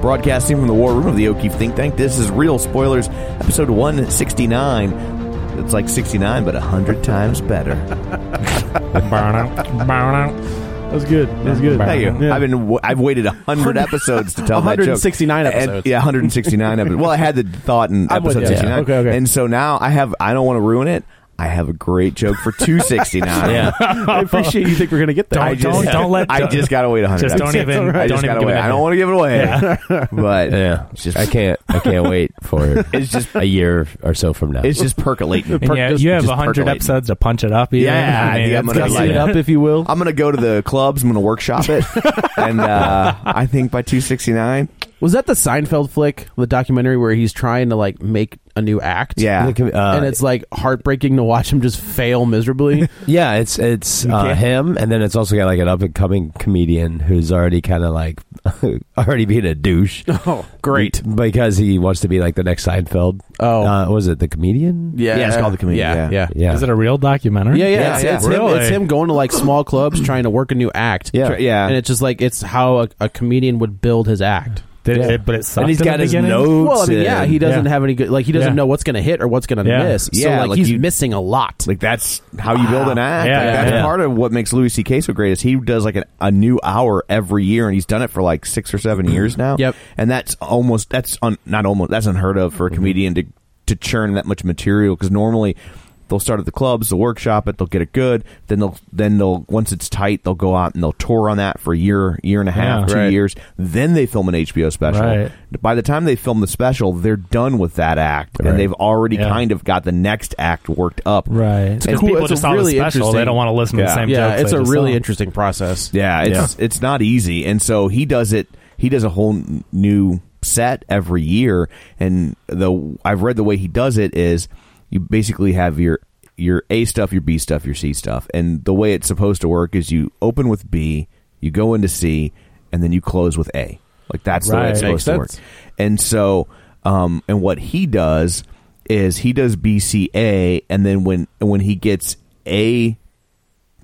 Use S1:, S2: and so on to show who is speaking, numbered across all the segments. S1: Broadcasting from the war room of the O'Keefe Think Tank, this is Real Spoilers, episode 169. It's like 69, but 100 times better.
S2: that was good. That was good.
S1: Thank you.
S2: Yeah.
S1: I've been w- I've waited 100 episodes to tell that joke.
S2: 169
S1: And-
S2: episodes.
S1: yeah, 169 episodes. Well, I had the thought in
S2: I'm with
S1: episode
S2: you.
S1: 69.
S2: Okay, okay.
S1: And so now I have I don't want to ruin it. I have a great joke for 269. yeah.
S2: I appreciate you think we're gonna get that.
S1: I just, I just gotta wait 100.
S3: Just don't
S1: episodes.
S3: even-
S1: I
S3: don't
S1: just
S3: even
S1: gotta
S3: give
S1: wait.
S3: it
S1: I don't want to give it away. But
S4: Yeah,
S1: it's just
S4: I can't. I can't wait for
S1: It's just
S4: a year or so from now.
S1: it's just percolating.
S3: And yeah, you have
S1: just
S3: 100
S1: percolating.
S3: episodes to punch it up. even.
S1: Yeah,
S3: I mean,
S1: dude, I'm
S3: it's
S1: gonna
S3: got-
S1: be like-
S2: it up, if you will.
S1: I'm gonna go to the clubs. I'm gonna workshop it, and uh, I think by 269,
S2: Was that the Seinfeld flick, the documentary where he's trying to like make a new act?
S1: yeah,
S4: Uh,
S2: and it's like heartbreaking to watch him just fail miserably.
S4: yeah, it's it's uh, him, and then it's also got like an up and coming comedian who's already kind of like already being a douche.
S2: oh, great!
S4: because he wants to be like the next Seinfeld.
S2: Oh.
S4: uh, what was it the comedian?
S2: Yeah,
S1: it's called The Comedian,
S2: Yeah,
S1: yeah.
S2: yeah,
S4: Yeah,
S3: Is it a real documentary?
S2: yeah, yeah.
S1: Yeah,
S2: it's,
S1: yeah.
S2: It's, him,
S3: Really?
S2: it's him going to like small clubs trying to work a new act.
S1: Yeah. Yeah.
S2: And it's just like it's how a, a comedian would build his act.
S3: Did it, but it sucked
S4: and he's
S3: in
S4: got
S3: the
S4: his
S3: beginning?
S4: notes.
S2: Well, I mean,
S4: in.
S2: yeah, he doesn't
S3: Yeah.
S2: have any good. Like he doesn't
S3: Yeah.
S2: know what's going to hit or what's going to
S3: Yeah.
S2: miss. So
S1: Yeah,
S2: like,
S1: like
S2: he's
S1: you-
S2: missing a lot.
S1: like that's how you build an act.
S3: Yeah,
S1: Like,
S3: yeah,
S1: that's
S3: yeah.
S1: part of what makes Louis C.K. so great is he does like an, a new hour every year, and he's done it for like six or
S3: Mm-hmm.
S1: seven years now.
S2: Yep.
S1: and that's almost that's un, not almost that's unheard of for
S3: Mm-hmm.
S1: a comedian to to churn that much material because normally. They'll start at the clubs, they'll workshop it, they'll get it good. Then they'll, then they'll once it's tight, they'll go out and they'll tour on that for a year, year and a half, two
S3: Yeah. Right.
S1: years. Then they film an HBO special.
S3: Right.
S1: By the time they film the special, they're done with that act,
S4: Right.
S1: and they've already
S3: Yeah.
S1: kind of got the next act worked up.
S3: Right. It's
S1: And-
S3: cool. People just saw the special, they don't wanna listen to the same
S2: yeah,
S3: jokes
S2: it's
S3: they
S2: a
S3: just
S2: really
S3: saw.
S2: interesting process.
S1: Yeah, it's it's not easy, and so he does it. He does a whole n- new set every year, and the I've read the way he does it is you basically have your your A stuff, your B stuff, your C stuff, and the way it's supposed to work is you open with B, you go into C, and then you close with A. Like that's the way it's
S3: Right. Makes
S1: supposed to work.
S3: sense.
S1: And so, um, and what he does is he does BCA, and then when when he gets A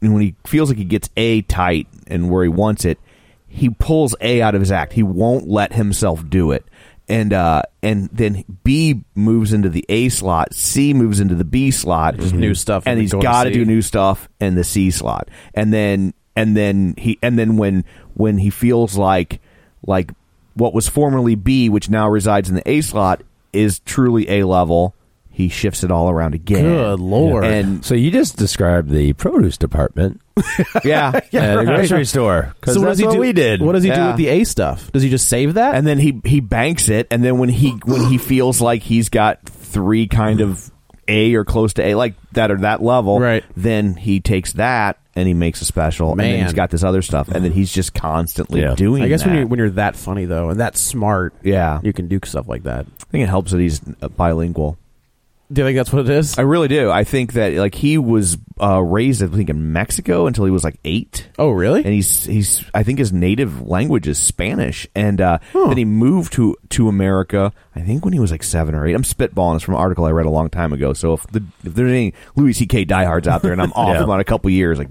S1: and when he feels like he gets A tight and where he wants it, he pulls A out of his act. He won't let himself do it. And uh, and then B moves into the A slot, C moves into the B slot,
S2: new stuff,
S1: and,
S2: and then
S1: he's
S2: going to
S1: got to
S2: C.
S1: do new stuff in the C slot, and then and then he and then when when he feels like like what was formerly B, which now resides in the A slot, is truly A level, he shifts it all around again.
S2: Good lord.
S1: And
S4: so you just described the produce department
S1: yeah,
S4: at a grocery store because
S2: So what
S4: that's
S2: does he
S4: what
S2: do?
S4: we did.
S2: What does he do
S1: Yeah.
S2: with the A stuff? Does he just save that?
S1: and then he he banks it and then when he when he feels like he's got three kind of a or close to a like that or that level
S2: Right.
S1: then he takes that and he makes a special and
S2: Man.
S1: then he's got this other stuff and then he's just constantly
S4: Yeah.
S1: doing
S2: I guess when
S1: that.
S2: you when you're that funny though and that smart,
S1: yeah
S2: you can do stuff like that.
S1: i think it helps that he's uh, bilingual
S2: Do you think that's what it is?
S1: i really do i think that like he was uh, raised i think in mexico until he was like eight
S2: oh, really?
S1: and he's he's I think his native language is Spanish, and uh, then he moved to to America. I think when he was like seven or eight. I'm spitballing. It's from an article I read a long time ago. So if the, if there's any Louis C.K. diehards out there, and I'm off
S4: Yeah.
S1: about a couple years, like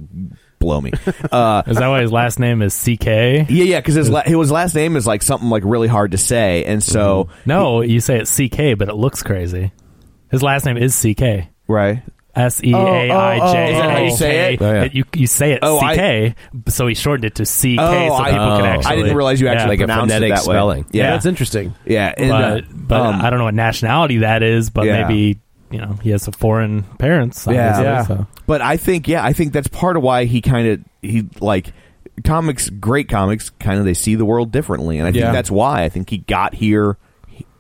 S1: blow me. Uh,
S3: Is that why his last name is CK?
S1: yeah, yeah, because his la- his last name is like something like really hard to say, and so
S3: No, you say it's CK, but it looks crazy. His last name is CK.
S1: right.
S3: S E A I J.
S1: Is that how you say it?
S4: Oh, yeah.
S3: You you say it
S1: Oh,
S3: C
S1: I-
S3: K. So he shortened it to C K so
S1: I-
S3: people can
S4: oh.
S3: actually.
S1: I didn't realize you
S3: Yeah.
S1: actually
S4: Like a
S1: pronounced it
S4: phonetic
S1: that way.
S4: spelling.
S1: Yeah,
S2: that's interesting.
S1: yeah. And, uh,
S3: But, but
S1: um,
S3: I don't know what nationality that is. But
S1: Yeah.
S3: maybe you know he has a foreign parents.
S1: Yeah.
S3: obviously,
S1: Yeah.
S3: so.
S1: But I think, yeah, I think that's part of why he kind of he like comics, great comics, kind of they see the world differently, and I think
S2: Yeah.
S1: that's why I think he got here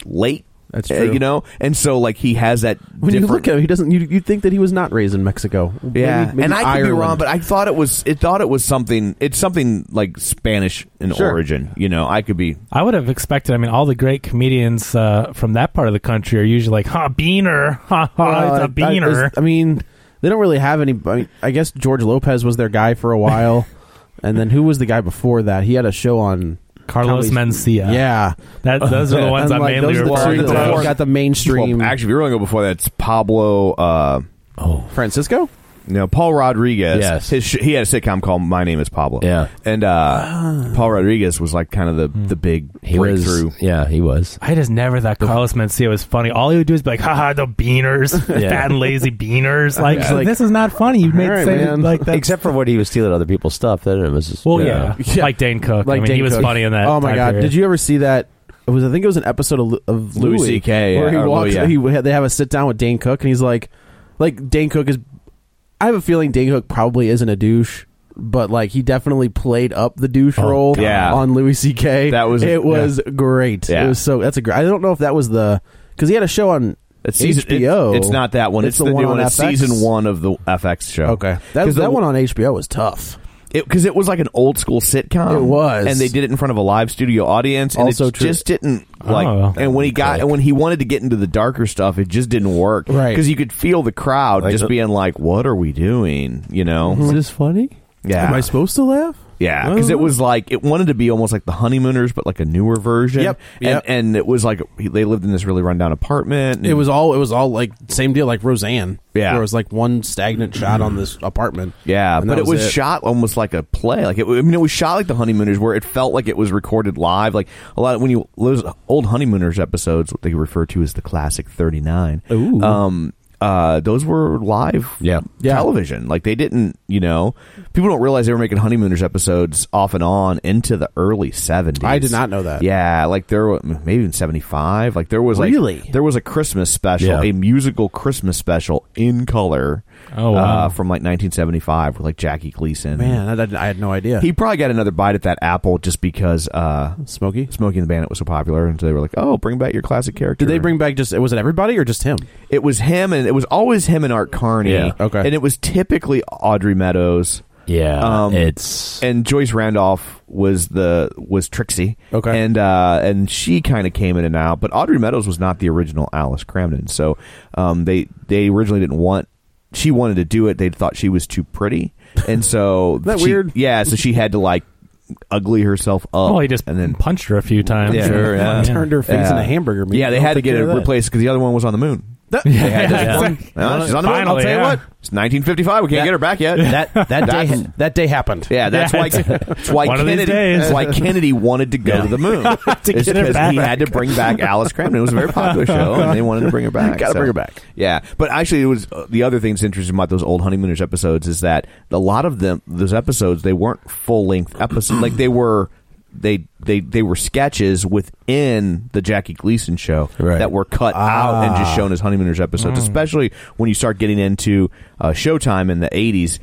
S1: late.
S2: That's
S1: uh,
S2: true.
S1: you know, and so like he has that.
S2: When you
S1: different,
S2: look at him, he doesn't. You you think that he was not raised in Mexico?
S1: yeah,
S2: Maybe- maybe
S1: and I could
S2: Ireland.
S1: be wrong, but I thought it was it thought it was something. It's something like Spanish in
S2: Sure.
S1: origin. You know, I could be.
S3: I would have expected. I mean, all the great comedians uh, from that part of the country are usually like, "Huh, beaner, ha ha,
S2: Uh,
S3: it's a
S2: I- I-
S3: beaner."
S2: I, mean, they don't really have any. I, mean, I guess George Lopez was their guy for a while, and then who was the guy before that? He had a show on
S3: Carlos
S2: Comedy-
S3: Mencia.
S2: Yeah,
S3: that, those are the ones
S2: And,
S3: I'm
S2: like,
S3: mainly
S2: those are the
S3: referring
S2: two
S3: to.
S2: that got the mainstream.
S1: Well, actually, if you really go before that, it's Pablo. Uh,
S2: Francisco.
S1: you know, Paul Rodriguez.
S4: Yes.
S1: his sh- he had a sitcom called My Name Is Pablo.
S4: Yeah.
S1: and
S2: Ah.
S1: uh, Paul Rodriguez was like kind of the
S2: Hmm.
S1: the big
S4: He
S1: breakthrough.
S4: was. Yeah, he was.
S3: I just never thought Carlos Mencia was funny. All he would do is be like, haha, the beaners,
S4: Yeah.
S3: fat and lazy beaners. Like,
S2: Yeah. Like,
S3: this is not funny. You made
S2: right,
S3: say it
S2: man.
S3: like that.
S4: Except for what he was stealing other people's stuff. Then it was just,
S3: well, yeah.
S2: Yeah.
S3: like Dane Cook.
S2: Like
S3: I mean,
S2: Dane
S3: he was
S2: Cook.
S3: funny in that.
S2: Oh my
S3: time
S2: god!
S3: period.
S2: Did you ever see that? It was I think it was an episode of, Lu- of
S1: Louis
S2: Louis
S1: CK,
S2: where he
S1: yeah, or
S2: walks.
S1: Louis,
S2: he they have a sit down with Dane Cook, and he's like, like Dane Cook is. I have a feeling Dane Cook probably isn't a douche, but like he definitely played up the douche role.
S1: Yeah.
S2: on Louis C.K.
S1: That was-
S2: it was great.
S1: Yeah.
S2: It was so that's a great. I don't know if that was the because he had a show on
S1: It's season,
S2: HBO.
S1: It's, it's not that one. It's, the, new one.
S2: on
S1: It's
S2: FX?
S1: season one of the FX show.
S2: Okay, that
S1: because
S2: that one on HBO was tough.
S1: because it, was like an old school sitcom.
S2: It was.
S1: and they did it in front of a live studio audience. And
S2: Also
S1: it
S2: true.
S1: just didn't like.
S3: Oh.
S1: and when he got and when he wanted to get into the darker stuff, it just didn't work.
S2: Right.
S1: because you could feel the crowd
S4: Like
S1: just
S4: the-
S1: being like, "What are we doing?" You know.
S2: Mm-hmm.
S4: is this funny?
S1: Yeah.
S2: Am I supposed to laugh?
S1: Yeah, because it was like it wanted to be almost like the honeymooners, but like a newer version.
S2: Yep, yep.
S1: And, and it was like he- they lived in this really rundown apartment. and-
S2: It was all it was all like same deal like Roseanne.
S1: Yeah.
S2: where it was like one stagnant shot on this apartment.
S1: yeah,
S2: And
S1: but
S2: that
S1: it was
S2: Mm. it.
S1: shot almost like a play. Like it, I mean, it was shot like the honeymooners, where it felt like it was recorded live. Like a lot when you those old honeymooners episodes, what they refer to as the classic thirty nine.
S2: Ooh.
S1: Um, uh, those were live
S4: Yeah.
S2: Yeah.
S1: television. Like they didn't, you know, people don't realize they were making honeymooners episodes off and on into the early seventies.
S2: I did not know that.
S1: Yeah, like there were maybe in '75. Like there was like
S2: Really?
S1: there was a Christmas special,
S4: Yeah.
S1: a musical Christmas special in color.
S3: Oh, wow.
S1: uh, from like 1975 with like Jackie Gleason.
S2: Man, I, I- I had no idea.
S1: he probably got another bite at that apple just because uh,
S2: Smokey.
S1: Smokey and the Bandit was so popular, and so they were like, "Oh, bring back your classic character."
S2: Did they bring back just was it everybody or just him?
S1: It was him, and it was always him and Art Carney.
S4: Yeah,
S2: okay.
S1: And it was typically Audrey Meadows.
S4: Yeah.
S1: Um,
S4: it's.
S1: and Joyce Randolph was the was Trixie.
S2: Okay.
S1: and uh, and she kind of came in and out, but Audrey Meadows was not the original Alice Cramden. So um, they they originally didn't want. She wanted to do it. They thought she was too pretty, and so
S2: that
S1: she-
S2: weird?
S1: Yeah, so she had to like ugly herself up.
S3: Oh, he just
S1: and then
S3: punched her a few times.
S1: Yeah. Sure, yeah.
S2: Turned her face
S1: Yeah.
S2: in a hamburger. meat.
S1: Yeah, they
S2: I'll
S1: had to
S2: take
S1: get
S2: care
S1: it
S2: of that.
S1: replaced because the other one was on the moon.
S2: That-
S3: Yeah.
S1: Well, she's on the moon. I'll
S3: Finally,
S1: tell you
S3: yeah.
S1: what, it's 1955. We can't
S2: That-
S1: get her back yet.
S2: That that day
S1: That's-
S2: that day happened.
S1: Yeah, that's
S3: Yeah,
S1: why.
S3: it's-
S1: That's why
S3: one of these
S1: Kennedy.
S3: days.
S1: That's why Kennedy wanted to go to the moon. It's
S3: get her
S1: because he
S3: back.
S1: had to bring back Alice Cramden. It was a very popular show, and they wanted to bring her back.
S2: Gotta
S1: so-
S2: bring her back.
S1: Yeah, but actually, it was uh, the other thing that's interesting about those old honeymooners episodes is that a lot of them, those episodes, they weren't full length episodes. like they were. They, they they were sketches within the Jackie Gleason show
S4: Right. Ah. Mm.
S1: that were cut out and just shown as honeymooners episodes, especially when you start getting into uh, Showtime in the '80s.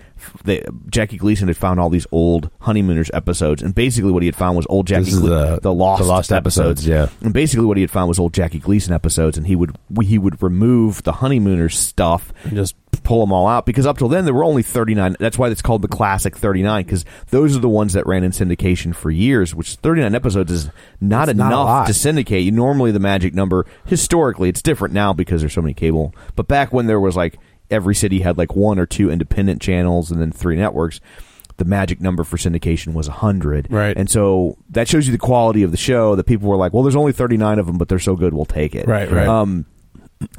S1: They, Jackie Gleason had found all these old honeymooners episodes, and basically what he had found was old Jackie
S4: This is
S1: Gle-
S4: the-
S1: lost
S4: the lost episodes, yeah.
S1: and basically what he had found was old Jackie Gleason episodes, and he would he would remove the honeymooners stuff and just pull them all out because up till then there were only 39 that's why it's called the classic 39 because those are the ones that ran in syndication for years which 39 episodes is not
S2: It's not a
S1: enough
S2: lot.
S1: to syndicate You normally the magic number historically it's different now because there's so many cable but back when there was like every city had like one or two independent channels and then three networks the magic number for syndication was 100
S2: Right.
S1: and so that shows you the quality of the show that people were like well there's only 39 of them but they're so good we'll take it
S2: Right, right.
S1: um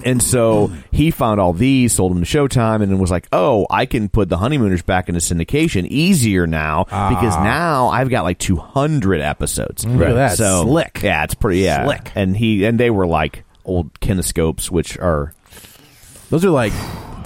S1: and so he found all these, sold them to Showtime, and then was like, "Oh, I can put the honeymooners back into syndication easier now because now I've got like 200 episodes."
S2: Ah. Look at that,
S1: So
S2: slick.
S1: Yeah, it's pretty yeah.
S2: Slick.
S1: And he and they were like old kinescopes, which are
S2: Those are like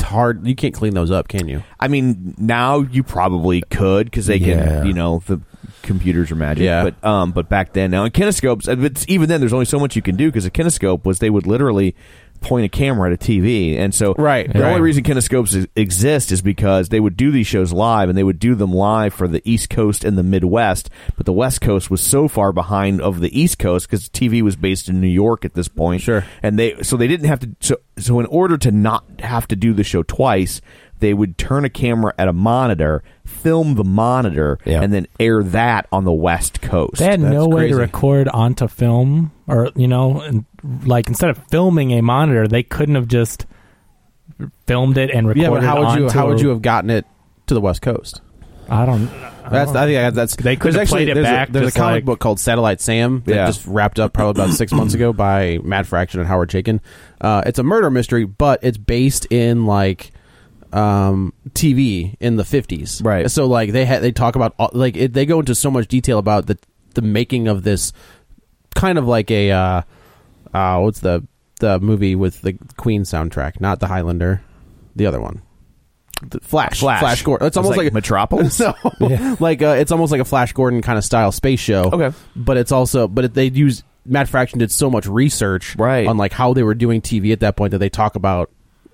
S2: hard. You can't clean those up, can you?
S1: I mean, now you probably could because they
S4: Yeah.
S1: can, you know, the computers are magic.
S2: Yeah.
S1: But um, but back then, now and kinescopes, uh, but even then, there's only so much you can do because a kinescope was they would literally point a camera at a TV, and so
S2: Right,
S1: The
S2: right.
S1: only reason kinescopes is, exist is because they would do these shows live, and they would do them live for the East Coast and the Midwest. But the West Coast was so far behind of the East Coast because TV was based in New York at this point.
S2: Sure.
S1: and they so they didn't have to so, so in order to not have to do the show twice they would turn a camera at a monitor film the monitor
S4: Yeah.
S1: and then air that on the west coast
S3: They had no way to
S2: crazy.
S3: record onto film, or you know, and, like instead of filming a monitor, they couldn't have just filmed it and recorded.
S2: yeah, but how would you
S3: onto
S2: how would
S3: a-
S2: you have gotten it to the West Coast?
S3: I don't.
S2: That's I think that's
S3: They could
S2: there's
S3: have
S2: actually-
S3: played it
S2: there's
S3: back
S2: A, there's a
S3: just
S2: comic
S3: like-
S2: book called Satellite Sam that
S1: Yeah.
S2: just wrapped up probably about six months ago by Matt Fraction and Howard Chaykin. Uh, it's a murder mystery, but it's based in like um TV in the 50s.
S1: Right.
S2: So like they ha- they talk about all, like it, they go into so much detail about the the making of this kind of like a uh, uh what's the the movie with the Queen soundtrack, not the Highlander, the other one. The Flash,
S1: Flash.
S2: Flash Gordon. It's
S1: I was
S2: almost
S1: like,
S2: like, a
S1: Metropolis?
S2: No, like uh, it's almost like a Flash Gordon kind of style space show.
S1: Okay.
S2: but it's also but it, they use Matt Fraction did so much research
S1: Right.
S2: on like how they were doing TV at that point that they talk about.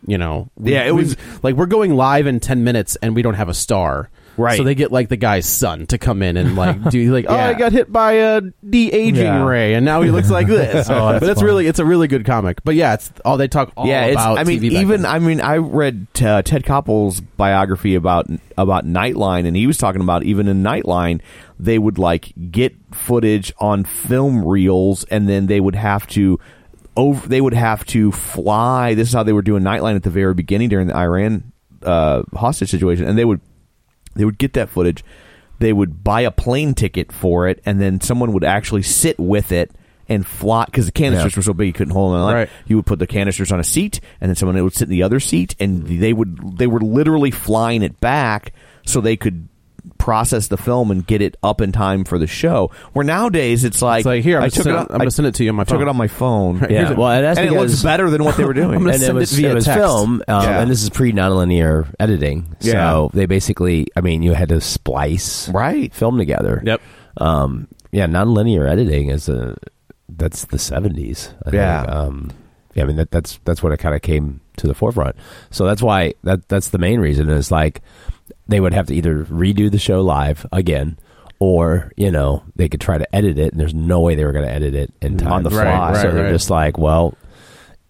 S2: You know, we-
S1: Yeah, it
S2: we-
S1: was-
S2: like we're going live in ten minutes and we don't have a star.
S1: Right.
S2: So they get like the guy's son to come in and like do like oh
S1: Yeah.
S2: I got hit by a de aging
S1: Yeah.
S2: ray and now he looks like this.
S3: Oh, that's
S2: but it's
S3: fun.
S2: really it's a really good comic. But yeah, it's all they talk all
S1: yeah, it's,
S2: about.
S1: I mean,
S2: TV back
S1: even
S2: then.
S1: I mean, I read uh, Ted Koppel's biography about about Nightline, and he was talking about even in Nightline, they would like get footage on film reels, and then they would have to over they would have to fly. This is how they were doing Nightline at the very beginning during the Iran uh, hostage situation, and they would they would get that footage they would buy a plane ticket for it and then someone would actually sit with it and fly because the canisters were so big you couldn't hold them on
S2: Right.
S1: you would put the canisters on a seat and then someone would sit in the other seat and they would they were literally flying it back so they could process the film and get it up in time for the show where nowadays it's like,
S2: It's like, here, I'm
S1: I
S2: gonna
S1: took
S2: send-
S1: it
S2: I'm gonna send it to you on my
S1: took
S2: phone.
S1: it on my phone
S4: Yeah.
S1: yeah
S4: Well, and that's
S1: and it looks
S4: because-
S1: better than what they were doing
S4: and it was,
S2: via
S4: it was
S2: text.
S4: film, um,
S1: Yeah.
S4: and this is pre nonlinear editing. So
S1: Yeah.
S4: they basically, I mean, you had to splice
S1: Right.
S4: film together.
S2: Yep.
S4: Um, yeah, nonlinear editing is a that's the seventies.
S1: Yeah.
S4: Um, yeah, I mean that, that's that's when it kind of came to the forefront. So that's why that that's the main reason is like they would have to either redo the show live again. Or you know they could try to edit it, and there's no way they were going to edit it in time
S1: On the
S4: Mm-hmm. Right,
S1: fly.
S4: so
S2: right,
S4: they're
S2: right.
S4: just like, well,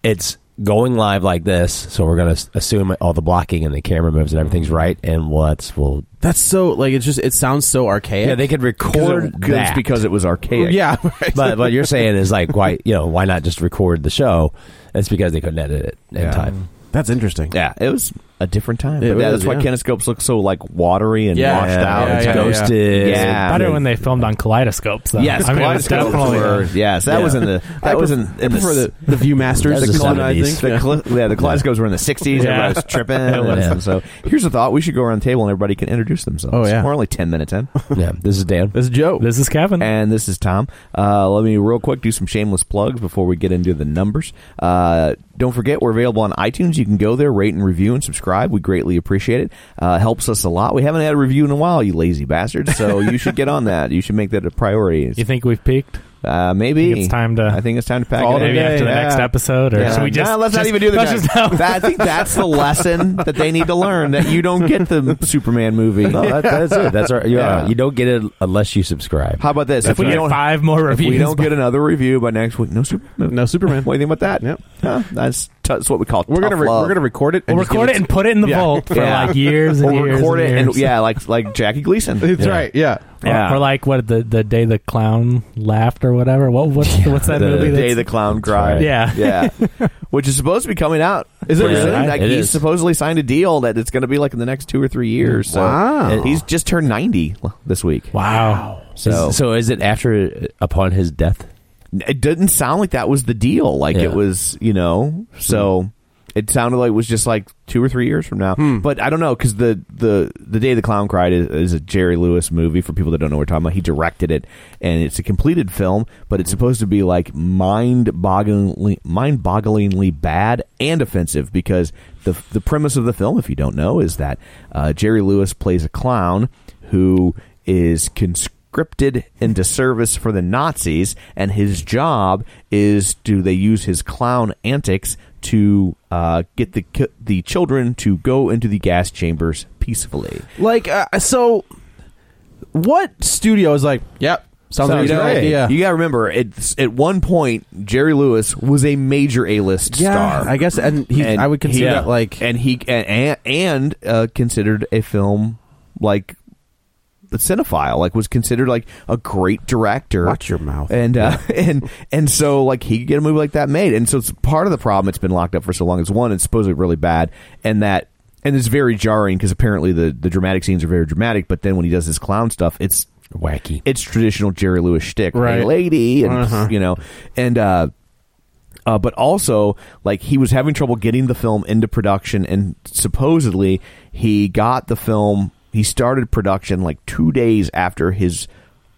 S4: it's going live like this, so we're going to assume all the blocking and the camera moves and everything's right, and what's well,
S2: that's so like it's just it sounds so archaic.
S4: yeah, they could
S1: Because
S4: record
S1: it-
S4: that
S1: because it was archaic
S2: yeah,
S4: but what you're saying is like why you know why not just record the show? It's because they couldn't edit it in
S1: Yeah.
S4: time.
S2: that's interesting.
S1: yeah it was a different time
S2: It
S1: But yeah, that's
S2: was,
S1: why
S2: yeah.
S1: kinescopes look so like watery and
S2: Yeah.
S1: washed out
S2: Yeah,
S1: It's
S2: yeah, yeah.
S4: ghosted.
S1: Yeah.
S3: better
S1: I mean-
S3: when they filmed on kaleidoscopes. Though.
S1: Yes,
S3: I mean, it's
S1: kaleidoscopes
S3: definitely uh,
S1: were- yes, that
S4: Yeah.
S1: was in the that was in, in the,
S2: for
S1: s-
S2: the the Viewmasters.
S4: That was
S2: the
S4: the
S2: Colin, I
S4: 70s.
S2: think.
S1: the cl- yeah the kaleidoscopes were in the sixties.
S3: Yeah.
S1: Everybody was tripping.
S4: was.
S1: And so here's a thought: we should go around the table and everybody can introduce themselves.
S2: Oh, yeah.
S1: we're only ten minutes in,
S4: Yeah, this is Dan.
S2: This is Joe.
S3: This is Kevin.
S1: and this is Tom. Uh, let me real quick do some shameless plugs before we get into the numbers. Uh, don't forget we're available on iTunes. You can go there, rate and review, and subscribe. We greatly appreciate it. Uh, helps us a lot. We haven't had a review in a while, you lazy bastards. So you should get on that. You should make that a priority.
S3: you think we've peaked?
S1: Uh, maybe
S3: I think it's time to-
S1: I think it's time to pack
S3: Follow
S1: it in.
S3: maybe after the
S1: Yeah.
S3: next episode, or
S1: Yeah.
S3: should we just
S1: Nah, let's not
S3: just-
S1: even do the
S3: let's
S1: next-
S3: just- no.
S1: That- I think that's the lesson that they need to learn that you don't get the Superman movie.
S4: No, that, that's it. That's our. Yeah,
S1: Yeah.
S4: you don't get it unless you subscribe.
S1: How about this?
S3: If we get
S1: don't,
S3: five more
S1: if
S3: reviews,
S1: we don't get another review by next week, no Superman.
S2: no Superman.
S1: What do you think about that?
S2: Yep.
S1: Huh? That's, that's what we call.
S2: we're gonna
S1: tough
S2: re-
S1: love.
S2: we're gonna record it. And
S3: we'll
S2: just give
S3: record it and put it in the
S2: Yeah.
S3: vault for
S1: Yeah.
S3: like years and
S1: We'll
S3: years.
S1: record it and
S3: years.
S1: yeah, like like Jackie Gleason.
S2: to- That's
S4: Yeah.
S2: right. Yeah.
S1: Yeah.
S3: Or, or like what the the day the clown laughed or whatever. What what's what's that
S4: the
S3: movie?
S1: The day
S3: that's-
S1: the clown cried.
S4: right.
S3: Yeah.
S1: yeah. Which is supposed to be coming out. Is
S4: it really?
S1: Like,
S4: It
S1: he's
S4: is.
S1: supposedly signed a deal that it's going to be like in the next two or three years. So
S2: Wow.
S1: He's just turned ninety this week.
S3: wow.
S1: So
S4: Is- so is it after uh, upon his death?
S1: it didn't sound like that was the deal. Like
S4: Yeah.
S1: it was, you know. So It sounded like it was just like two or three years from now. But I don't know because the, the the day the clown cried is, is a Jerry Lewis movie for people that don't know what we're talking about. He directed it, and it's a completed film, but it's supposed to be like mind-bogglingly mind-bogglingly bad and offensive because the the premise of the film, if you don't know, is that uh, Jerry Lewis plays a clown who is conscripted into service for the Nazis, and his job is do they use his clown antics to uh, get the ki- the children to go into the gas chambers peacefully.
S2: Like, uh, so what studio is like, yep, sounds, like a
S1: you
S2: good
S1: know,
S2: idea.
S1: You got to remember, it's, at one point, Jerry Lewis was a major A list
S2: yeah,
S1: star.
S2: I guess, and, he,
S1: And
S2: I would consider
S1: he-
S2: that like
S1: and he and and uh, considered a film like the cinephile like was considered like a great director
S2: Watch your mouth.
S1: and uh, and and so like he could get a movie like that made and so it's part of the problem it's been locked up for so long is one it's supposedly really bad and that and it's very jarring because apparently the the dramatic scenes are very dramatic but then when he does his clown stuff it's
S4: wacky.
S1: it's traditional Jerry Lewis shtick,
S2: Right.
S1: Hey, lady, and
S2: Uh-huh.
S1: you know, and uh, uh, but also like he was having trouble getting the film into production, and supposedly he got the film. He started production like two days after his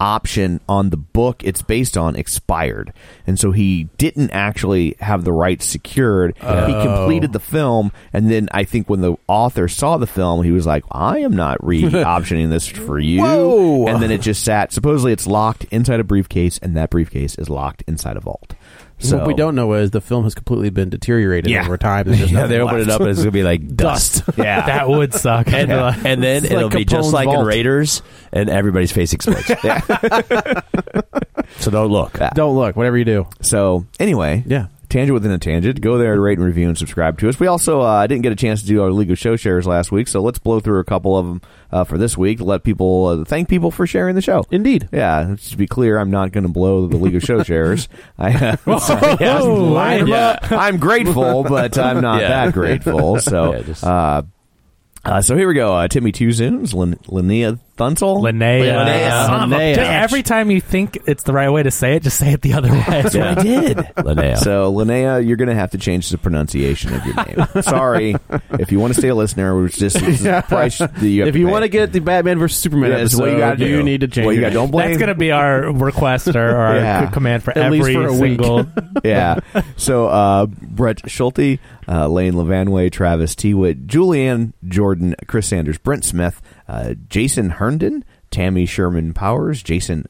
S1: option on the book it's based on expired, and so he didn't actually have the rights secured.
S2: Oh.
S1: He completed the film, and then I think when the author saw the film, he was like, "I am not re-optioning this for you."
S2: Whoa.
S1: And then it just sat. Supposedly, it's locked inside a briefcase, and that briefcase is locked inside a vault. So
S2: what we don't know is the film has completely been deteriorated
S1: Yeah.
S2: over time. There's just
S4: Yeah,
S2: nothing
S4: they open
S2: left.
S4: it up and it's gonna be like dust.
S1: Yeah,
S3: that would suck.
S4: And, and then
S1: It's
S4: it'll
S1: like
S4: be just
S1: Capone's
S4: like in
S1: vault.
S4: Raiders, and everybody's face explodes. so don't look.
S2: Don't look, whatever you do.
S1: So anyway,
S2: Yeah.
S1: tangent within a tangent. Go there, rate and review, and subscribe to us. We also uh, didn't get a chance to do our League of Show shares last week, so let's blow through a couple of them uh, for this week. Let people uh, thank people for sharing the show.
S2: Indeed.
S1: Yeah, just to be clear, I'm not going to blow the League of Show Sharers. I, am
S2: line 'em
S1: I'm grateful, but I'm not
S4: Yeah.
S1: that grateful. So,
S4: Yeah, just-
S1: uh, uh, so here we go. Uh, Timmy Two Zooms, Lin- Linnea Thunsel,
S3: Linnea.
S4: Linnea. Son of a
S3: Just
S4: bitch.
S3: every time you think it's the right way to say it, just say it the other way. That's
S1: I did.
S4: Linnea.
S1: So, Linnea, you're going to have to change the pronunciation of your name. Sorry. If you want to stay a listener, we're just this is the price that you have
S2: If you
S1: pay.
S2: want to get the Batman versus Superman
S1: Yeah, that's
S2: episode,
S1: what you gotta do.
S2: need to change.
S1: What you
S2: your
S1: gotta-
S2: name.
S1: don't blame.
S3: gonna be our request or our
S1: Yeah.
S3: command for
S2: At
S3: every
S2: least for a week.
S3: single.
S1: yeah. So uh, Brett Schulte, uh, Lane Levanway, Travis Tewitt, Julianne Jordan, Chris Sanders, Brent Smith, uh, Jason Herndon, Tammy Sherman Powers, Jason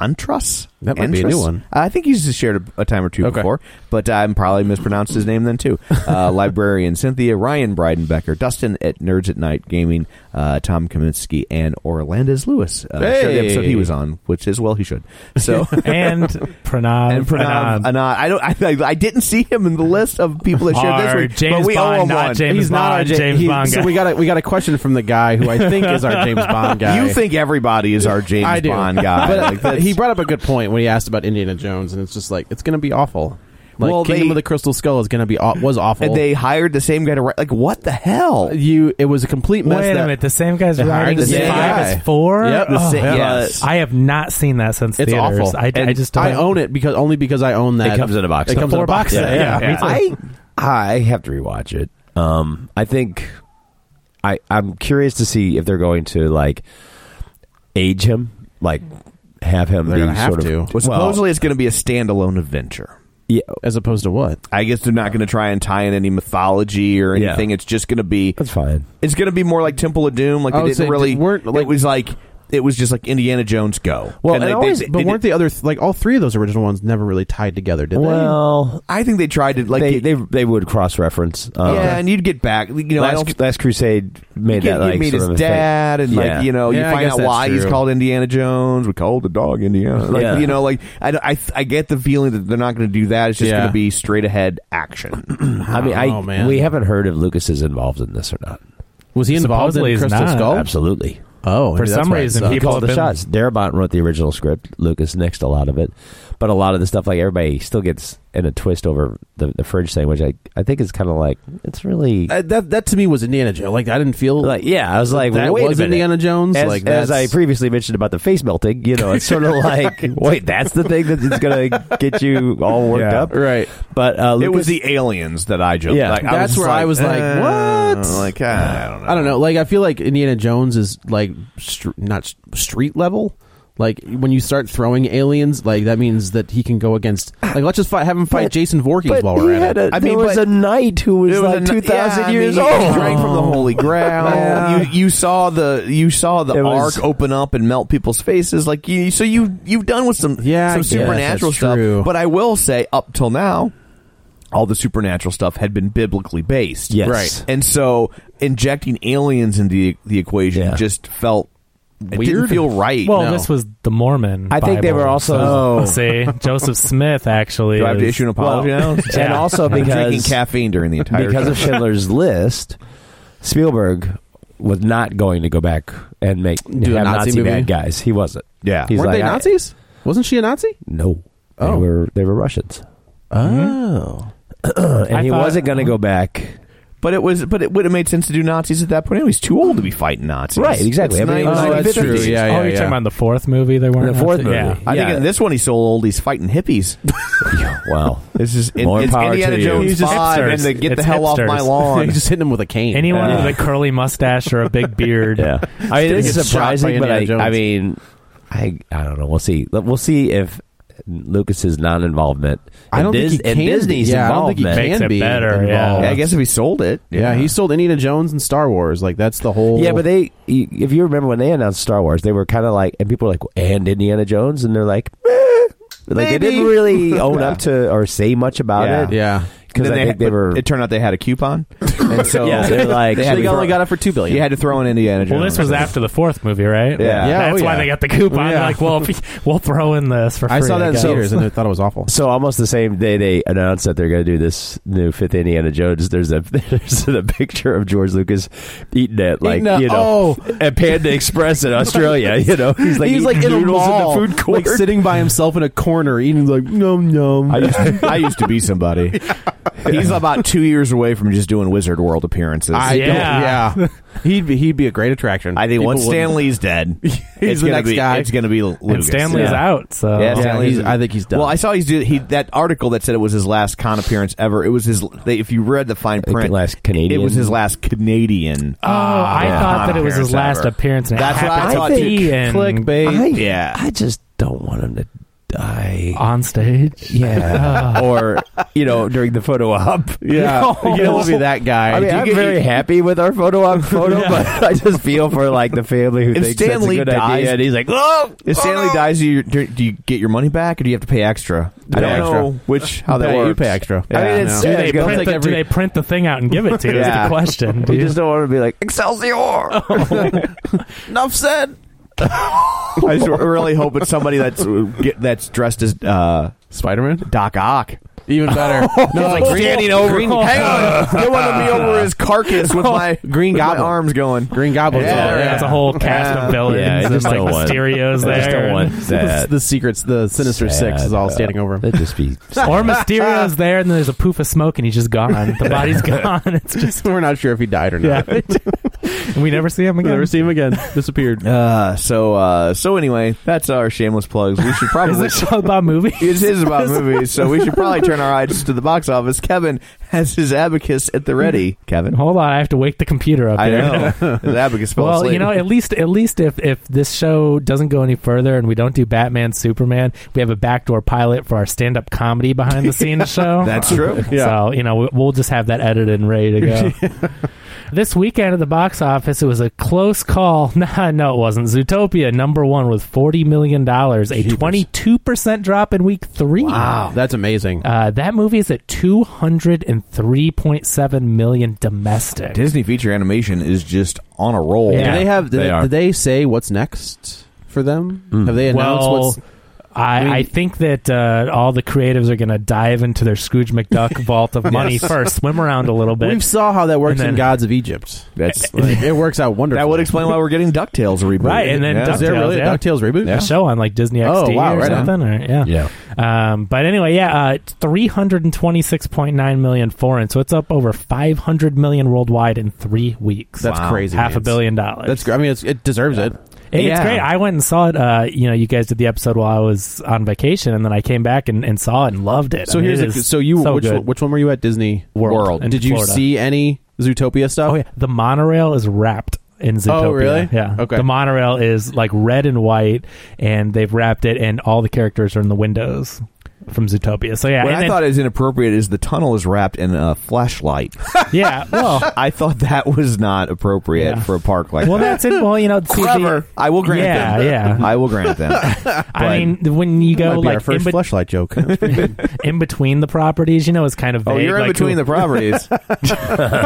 S1: Antras.
S2: That might be a new
S1: Antras?
S2: one.
S1: I think he's just shared a, a time or two
S2: Okay.
S1: before, but I'm probably mispronounced his name then too. Uh, librarian Cynthia, Ryan Breidenbecker, Dustin at Nerds at Night Gaming, uh, Tom Kaminsky, and Orlandis Lewis. Uh, shared the
S2: Hey!
S1: episode he was on, which is well he should. So
S3: and Pranav.
S1: and um, Pranav
S3: Anand.
S1: Anand. I don't. I, I didn't see him in the list of people that shared this
S3: Our
S1: week.
S3: James
S1: but we
S3: Bond,
S1: owe him
S3: not
S1: one.
S3: James
S2: He's not our
S3: Bond,
S2: Ja-
S3: James
S2: he-
S3: Bond
S2: So
S3: guy.
S2: we got a, we got a question from the guy who I think is our James Bond guy.
S1: You think everybody is our James
S2: I do.
S1: Bond guy?
S2: But uh,
S1: Like, that's-
S2: he brought up a good point when he asked about Indiana Jones, and it's just like it's going to be awful. Like
S1: Well,
S2: Kingdom
S1: they-
S2: of the Crystal Skull is going to be aw- was awful.
S1: and they hired the same guy to write. Like, what the hell?
S2: you it was a complete mess.
S3: Wait a
S2: that-
S3: minute, the same guy's
S2: They hired
S3: riding
S2: the
S3: as
S2: same
S3: five
S2: guy.
S3: as four.
S2: Yep, the
S3: Oh,
S2: same-
S3: hell.
S1: yes.
S3: I have not seen that since
S2: It's
S3: theaters.
S2: awful.
S3: I, I
S2: And
S3: just don't.
S2: I own it because only because I own that.
S4: It comes in a box
S2: It
S4: set.
S2: comes in a
S3: Four box
S2: box set.
S3: set,
S2: Yeah,
S3: yeah. Me too.
S4: I I have to rewatch it. Um, I think I I'm curious to see if they're going to like age him, like have him
S2: They're
S4: be
S2: gonna have
S4: sort
S2: to.
S1: Well,
S4: of well,
S1: supposedly it's going to be a standalone adventure.
S4: yeah,
S2: As opposed to what?
S1: I guess they're not going to try and tie in any mythology or
S4: Yeah.
S1: anything. It's just going to be.
S4: that's fine.
S1: It's going to be more like Temple of Doom. Like
S2: I
S1: they
S2: would
S1: didn't
S2: say
S1: really.
S2: they weren't, like-
S1: it was like it was just like Indiana Jones go.
S2: Well, and
S1: they- they-
S2: always,
S1: they
S2: but
S1: did-
S2: weren't the other th- like all three of those original ones never really tied together? Did
S4: Well,
S1: I think they tried to like
S4: they they they would cross reference. Um,
S1: yeah, and you'd get back. You know, I don't
S4: Last, Last Crusade made
S1: You
S4: that
S1: can't
S4: like
S1: you meet
S4: sort
S1: his
S4: of a thing.
S1: dad, and
S4: Yeah.
S1: like you know,
S2: Yeah, I
S1: you find
S2: guess
S1: out
S2: that's
S1: why he's
S2: true.
S1: called Indiana Jones. We called the dog Indiana. Like
S4: Yeah.
S1: you know, like I, don't- I I get the feeling that they're not going to do that. It's just
S2: Yeah.
S1: going to be straight ahead action.
S4: I mean, I
S2: Oh, man.
S4: we haven't heard if Lucas is involved in this or not.
S2: Was he involved
S3: Supposedly
S2: in
S3: he's
S2: Crystal
S3: not.
S2: Skull?
S4: Absolutely.
S2: Oh,
S3: For
S2: maybe that's
S3: some
S2: why it
S3: reason,
S2: sucked.
S4: He
S3: people
S4: called the
S3: have been-
S4: shots. Darabont wrote the original script. Lucas nixed a lot of it, But a lot of the stuff, like everybody still gets in a twist over the, the fridge thing, which I, I think is kind of like, it's really.
S2: Uh, that that to me was Indiana Jones. Like I didn't feel
S4: like, yeah, I was like,
S2: that
S4: wait
S2: was
S4: a minute.
S2: Indiana Jones.
S4: As,
S2: like
S4: as
S2: that's-
S4: I previously mentioned about the face melting, you know, it's sort of like, wait, that's the thing that's going to get you all worked
S1: Yeah.
S4: up.
S2: right.
S4: But uh,
S1: it was
S4: Lucas-
S1: the aliens that I jumped.
S4: Yeah.
S1: like,
S2: That's
S1: just
S2: where I was like,
S1: eh,
S2: what?
S1: Like, ah, I don't know.
S2: I don't know. Like I feel like Indiana Jones is like str- not s- street level. Like when you start throwing aliens, like that means that he can go against. Like let's just fight, have him fight
S4: But-
S2: Jason Voorhees
S4: but
S2: while
S4: he
S2: we're at
S4: had
S2: it.
S4: a-
S1: I
S4: there
S1: mean,
S4: was
S1: but
S4: a knight who was,
S1: It was
S4: like
S1: a-
S4: two thousand
S1: yeah, I
S4: years
S1: mean,
S4: old.
S1: He drank from the holy grail.
S4: Yeah.
S1: You you saw the you saw the
S4: It was-
S1: ark open up and melt people's faces. Like you, so you you've done with some
S2: Yeah, I
S1: some
S2: guess that's
S1: supernatural stuff.
S2: true.
S1: But I will say, up till now, all the supernatural stuff had been biblically based.
S4: Yes. Right.
S1: and so injecting aliens into the, the equation
S4: Yeah.
S1: just felt it didn't
S2: Weird.
S1: feel right.
S3: Well,
S2: No.
S3: this was the Mormon.
S4: I think they
S3: Bible,
S4: were also-
S3: so-
S4: Oh.
S3: see Joseph Smith actually.
S1: do I have to
S3: is-
S1: issue an apology now?
S4: and also
S1: I'm drinking
S4: because
S1: caffeine during the entire
S4: because
S1: show.
S4: of Schindler's List, Spielberg was not going to go back and make
S2: Do a
S4: have
S2: Nazi
S4: Nazi,
S2: movie?
S4: bad guys. He wasn't.
S1: Yeah.
S4: he's
S2: Weren't
S4: like
S2: they
S4: I-
S2: Nazis? Wasn't she a Nazi?
S4: no,
S2: Oh.
S4: they were they were Russians,
S2: Oh,
S4: and
S3: I
S4: he
S3: thought-
S4: wasn't going to go back.
S1: But it was, but it would have made sense to do Nazis at that point. Anyway, he's too old to be fighting Nazis,
S4: Right, exactly.
S1: It's
S4: I mean,
S1: nine-
S4: it was
S1: nine
S4: like
S2: that's true.
S1: 50s.
S2: Yeah,
S3: oh,
S2: yeah,
S3: you're
S2: yeah.
S3: talking about the fourth movie they weren't.
S4: The fourth
S3: actually- Yeah.
S4: movie.
S1: I
S4: Yeah.
S1: think in this one he's so old he's fighting hippies.
S4: wow.
S1: This is
S4: More
S1: it's
S4: power
S1: Indiana
S4: to you.
S1: Jones
S3: He's just
S1: five
S3: hipsters.
S1: and the get the
S3: It's
S1: hell
S3: hipsters.
S1: off my lawn.
S2: They just hitting him with a cane.
S3: Anyone
S4: Yeah.
S3: with a curly mustache or a big beard.
S4: Yeah, I mean it's
S2: Gets shot by
S4: surprising, but I,
S2: Indiana
S4: I
S2: Jones.
S4: mean, I I don't know. We'll see. We'll see if Lucas's non-involvement.
S2: I don't
S4: and
S2: think
S4: Dis-
S2: he can
S4: and
S2: be.
S4: Disney's
S2: Yeah, I don't think
S4: involvement.
S2: he
S3: Makes
S2: can
S3: it
S2: be
S3: better, yeah.
S2: involved.
S1: yeah, I guess if he sold it,
S2: Yeah, he sold Indiana Jones and Star Wars. Like that's the whole.
S4: Yeah, but they, you- if you remember when they announced Star Wars, they were kind of like, and people were like, and Indiana Jones, and they're like, eh. like they didn't
S1: Maybe.
S4: really own up to or say much about
S1: Yeah.
S4: it.
S2: yeah,
S4: because
S1: Then
S4: I
S1: they,
S4: think they
S1: but
S4: were.
S1: It turned out they had a coupon, and so
S4: yeah, they're like,
S1: They had
S2: they
S1: to
S2: only
S1: throw-
S2: got it for two billion.
S1: you had to throw in Indiana Jones.
S3: Well, this was after the fourth movie, right?
S1: Yeah.
S2: Yeah,
S3: That's
S2: oh,
S3: why
S2: yeah.
S3: they got the coupon.
S2: Yeah.
S3: They're like, well, if- we'll throw in this for free.
S2: I saw that in
S3: guess.
S2: theaters and I thought it was awful.
S4: So almost the same day they announced that they're going to do this new fifth Indiana Jones, there's a there's a picture of George Lucas eating it like
S2: Eating a-
S4: you know at Panda Express in Australia. You know he's like eating noodles in the food court.
S2: like sitting by himself in a corner, eating like num num.
S1: I used, to, I used to be somebody. He's about two years away from just doing Wizard World appearances.
S2: I
S3: Yeah.
S2: don't- yeah. he'd be, he'd be a great attraction.
S1: I think
S2: People
S1: once
S2: would-
S1: Stanley's dead, he's it's
S2: the
S1: gonna
S2: next
S1: be,
S2: guy.
S1: It's going to be
S3: And uh,
S1: Lucas.
S3: Stanley's
S1: Yeah.
S3: out. So
S1: Yeah,
S2: Yeah,
S1: Stanley's-
S2: he's- I think he's done.
S1: Well, I saw he's do he, that article that said it was his last con appearance ever. It was his. They, if you read the fine print,
S4: last Canadian.
S1: It was his last Canadian.
S3: Oh, I
S1: Ah, yeah.
S3: thought that it was
S1: Appearance
S3: his last
S1: ever.
S3: appearance. And it
S1: That's what I
S3: happened
S1: thought,
S3: to
S1: too.
S3: be in-
S2: clickbait.
S4: I,
S1: Yeah.
S4: I just don't want him to die.
S3: on stage.
S4: Yeah, or you know during the photo op.
S2: yeah,
S3: No.
S2: you don't want to be that guy.
S4: I mean,
S2: Do you
S4: I'm
S2: get-
S4: very happy with our photo op photo, but I just feel for like the family who
S1: If
S4: thinks that's
S1: Stanley
S4: a good
S1: dies-
S4: idea, and he's like, "Oh,
S1: If
S4: oh,
S1: Stanley
S4: no."
S1: dies, do you, do you get your money back, or do you have to pay extra? I
S2: pay
S1: don't
S2: extra.
S1: know which how
S2: You
S1: that
S2: pay-
S1: works.
S2: you pay extra.
S1: Yeah,
S4: I mean,
S1: no.
S4: it's,
S3: Do
S4: yeah,
S3: they,
S4: it's gonna
S3: print
S4: take
S3: the,
S4: every-
S3: do they print the thing out and give it to? you? Is
S1: Yeah.
S3: the question.
S4: we
S3: dude.
S4: just don't want to be like Excelsior. Enough said.
S1: I just really hope it's somebody that's uh, get, that's dressed as uh,
S2: Spider-Man,
S1: Doc Ock.
S2: even better. no, like Green,
S1: standing over. Hang on, get one of me over his carcass with my
S2: Green
S1: with my
S2: Goblin.
S1: arms going.
S2: Green Goblin.
S1: Yeah,
S3: Yeah,
S1: yeah.
S3: It's a whole cast
S1: Yeah.
S3: of villains
S4: Yeah, I
S3: and
S4: just
S3: like
S4: don't want-
S3: Mysterios
S4: I
S3: there.
S4: just don't want
S2: The,
S4: that.
S2: the secrets, the Sinister Six is all
S4: Sad.
S2: standing over him.
S4: That'd just be
S3: Or Mysterio's there, and there's a poof of smoke, and he's just gone. The body's gone. It's just
S2: We're not sure if he died or
S3: yeah.
S2: not.
S3: And we never see him again.
S2: Never see him again. Disappeared.
S1: Uh, so uh, so anyway, that's our shameless plugs. We should
S3: Is
S1: probably
S3: this show about movies?
S1: It is about movies, so we should probably turn our eyes to the box office. Kevin has his abacus at the ready. Kevin,
S3: Hold on, I have to wake the computer up.
S1: I
S3: here.
S1: know his abacus fell
S3: Well,
S1: asleep.
S3: you know, at least at least if if this show doesn't go any further and we don't do Batman Superman, we have a backdoor pilot for our stand up comedy behind the scenes show.
S1: that's true.
S3: So you know we- we'll just have that edited and ready to go. this weekend at the box office, it was a close call. No, no, it wasn't. Zootopia number one with forty million dollars, a twenty two percent drop in week three.
S2: Wow, that's amazing.
S3: Uh, that movie is at two hundred and three point seven million domestic.
S1: Disney feature animation is just on a roll.
S3: Yeah.
S2: Do they have? Did
S4: They
S2: they,
S4: are.
S2: did they say what's next for them? Have they announced
S3: well,
S2: what's?
S3: I,
S2: mean-
S3: I think that uh, all the creatives are going to dive into their Scrooge McDuck vault of money first, swim around a little bit.
S2: we saw how that works
S3: And then-
S2: in Gods of Egypt.
S1: That's
S2: Like, it works out wonderfully.
S1: that would explain why we're getting Ducktales reboot.
S3: Right, and then
S1: yeah.
S2: Is there
S3: DuckTales,
S2: really
S3: yeah.
S2: a DuckTales reboot?
S3: a show on like Disney XD
S2: Oh, wow,
S3: or
S2: right on.
S3: something, or yeah.
S4: Yeah.
S3: Um, but anyway, yeah, uh, three hundred and twenty-six point nine million foreign, so it's up over five hundred million worldwide in three weeks.
S2: That's Wow. crazy,
S3: half
S2: man.
S3: a billion dollars.
S2: That's. gr- I mean, it's, it deserves it.
S3: It- It's
S4: Yeah.
S3: great. I went and saw it. Uh, you know, you guys did the episode while I was on vacation, and then I came back and, and saw it and loved it.
S2: So
S3: I mean,
S2: here's
S3: it
S2: a,
S3: is
S2: so you which
S3: good.
S2: one, which one were you at Disney
S3: World in
S2: Did you
S3: Florida.
S2: see any Zootopia stuff?
S3: Oh yeah, the monorail is wrapped in Zootopia.
S2: Oh, really?
S3: Yeah.
S2: Okay.
S3: The monorail is like red and white, and they've wrapped it, and all the characters are in the windows from Zootopia. So yeah,
S1: What
S3: and
S1: I
S3: then-
S1: thought is inappropriate is the tunnel is wrapped in a flashlight.
S3: yeah. Well,
S1: I thought that was not appropriate
S3: Yeah.
S1: for a park like
S3: well,
S1: that.
S3: that's it. Well, you know, see, the-
S1: Clever. I will grant
S3: Yeah,
S1: them.
S3: yeah.
S1: I will grant them.
S3: I mean, when you
S2: Might
S3: go
S2: be
S3: like
S2: our first
S3: in, be-
S2: fleshlight joke.
S3: in between the properties, you know, it's kind of vague.
S1: oh, you're in
S3: like,
S1: between the
S3: who-
S1: properties.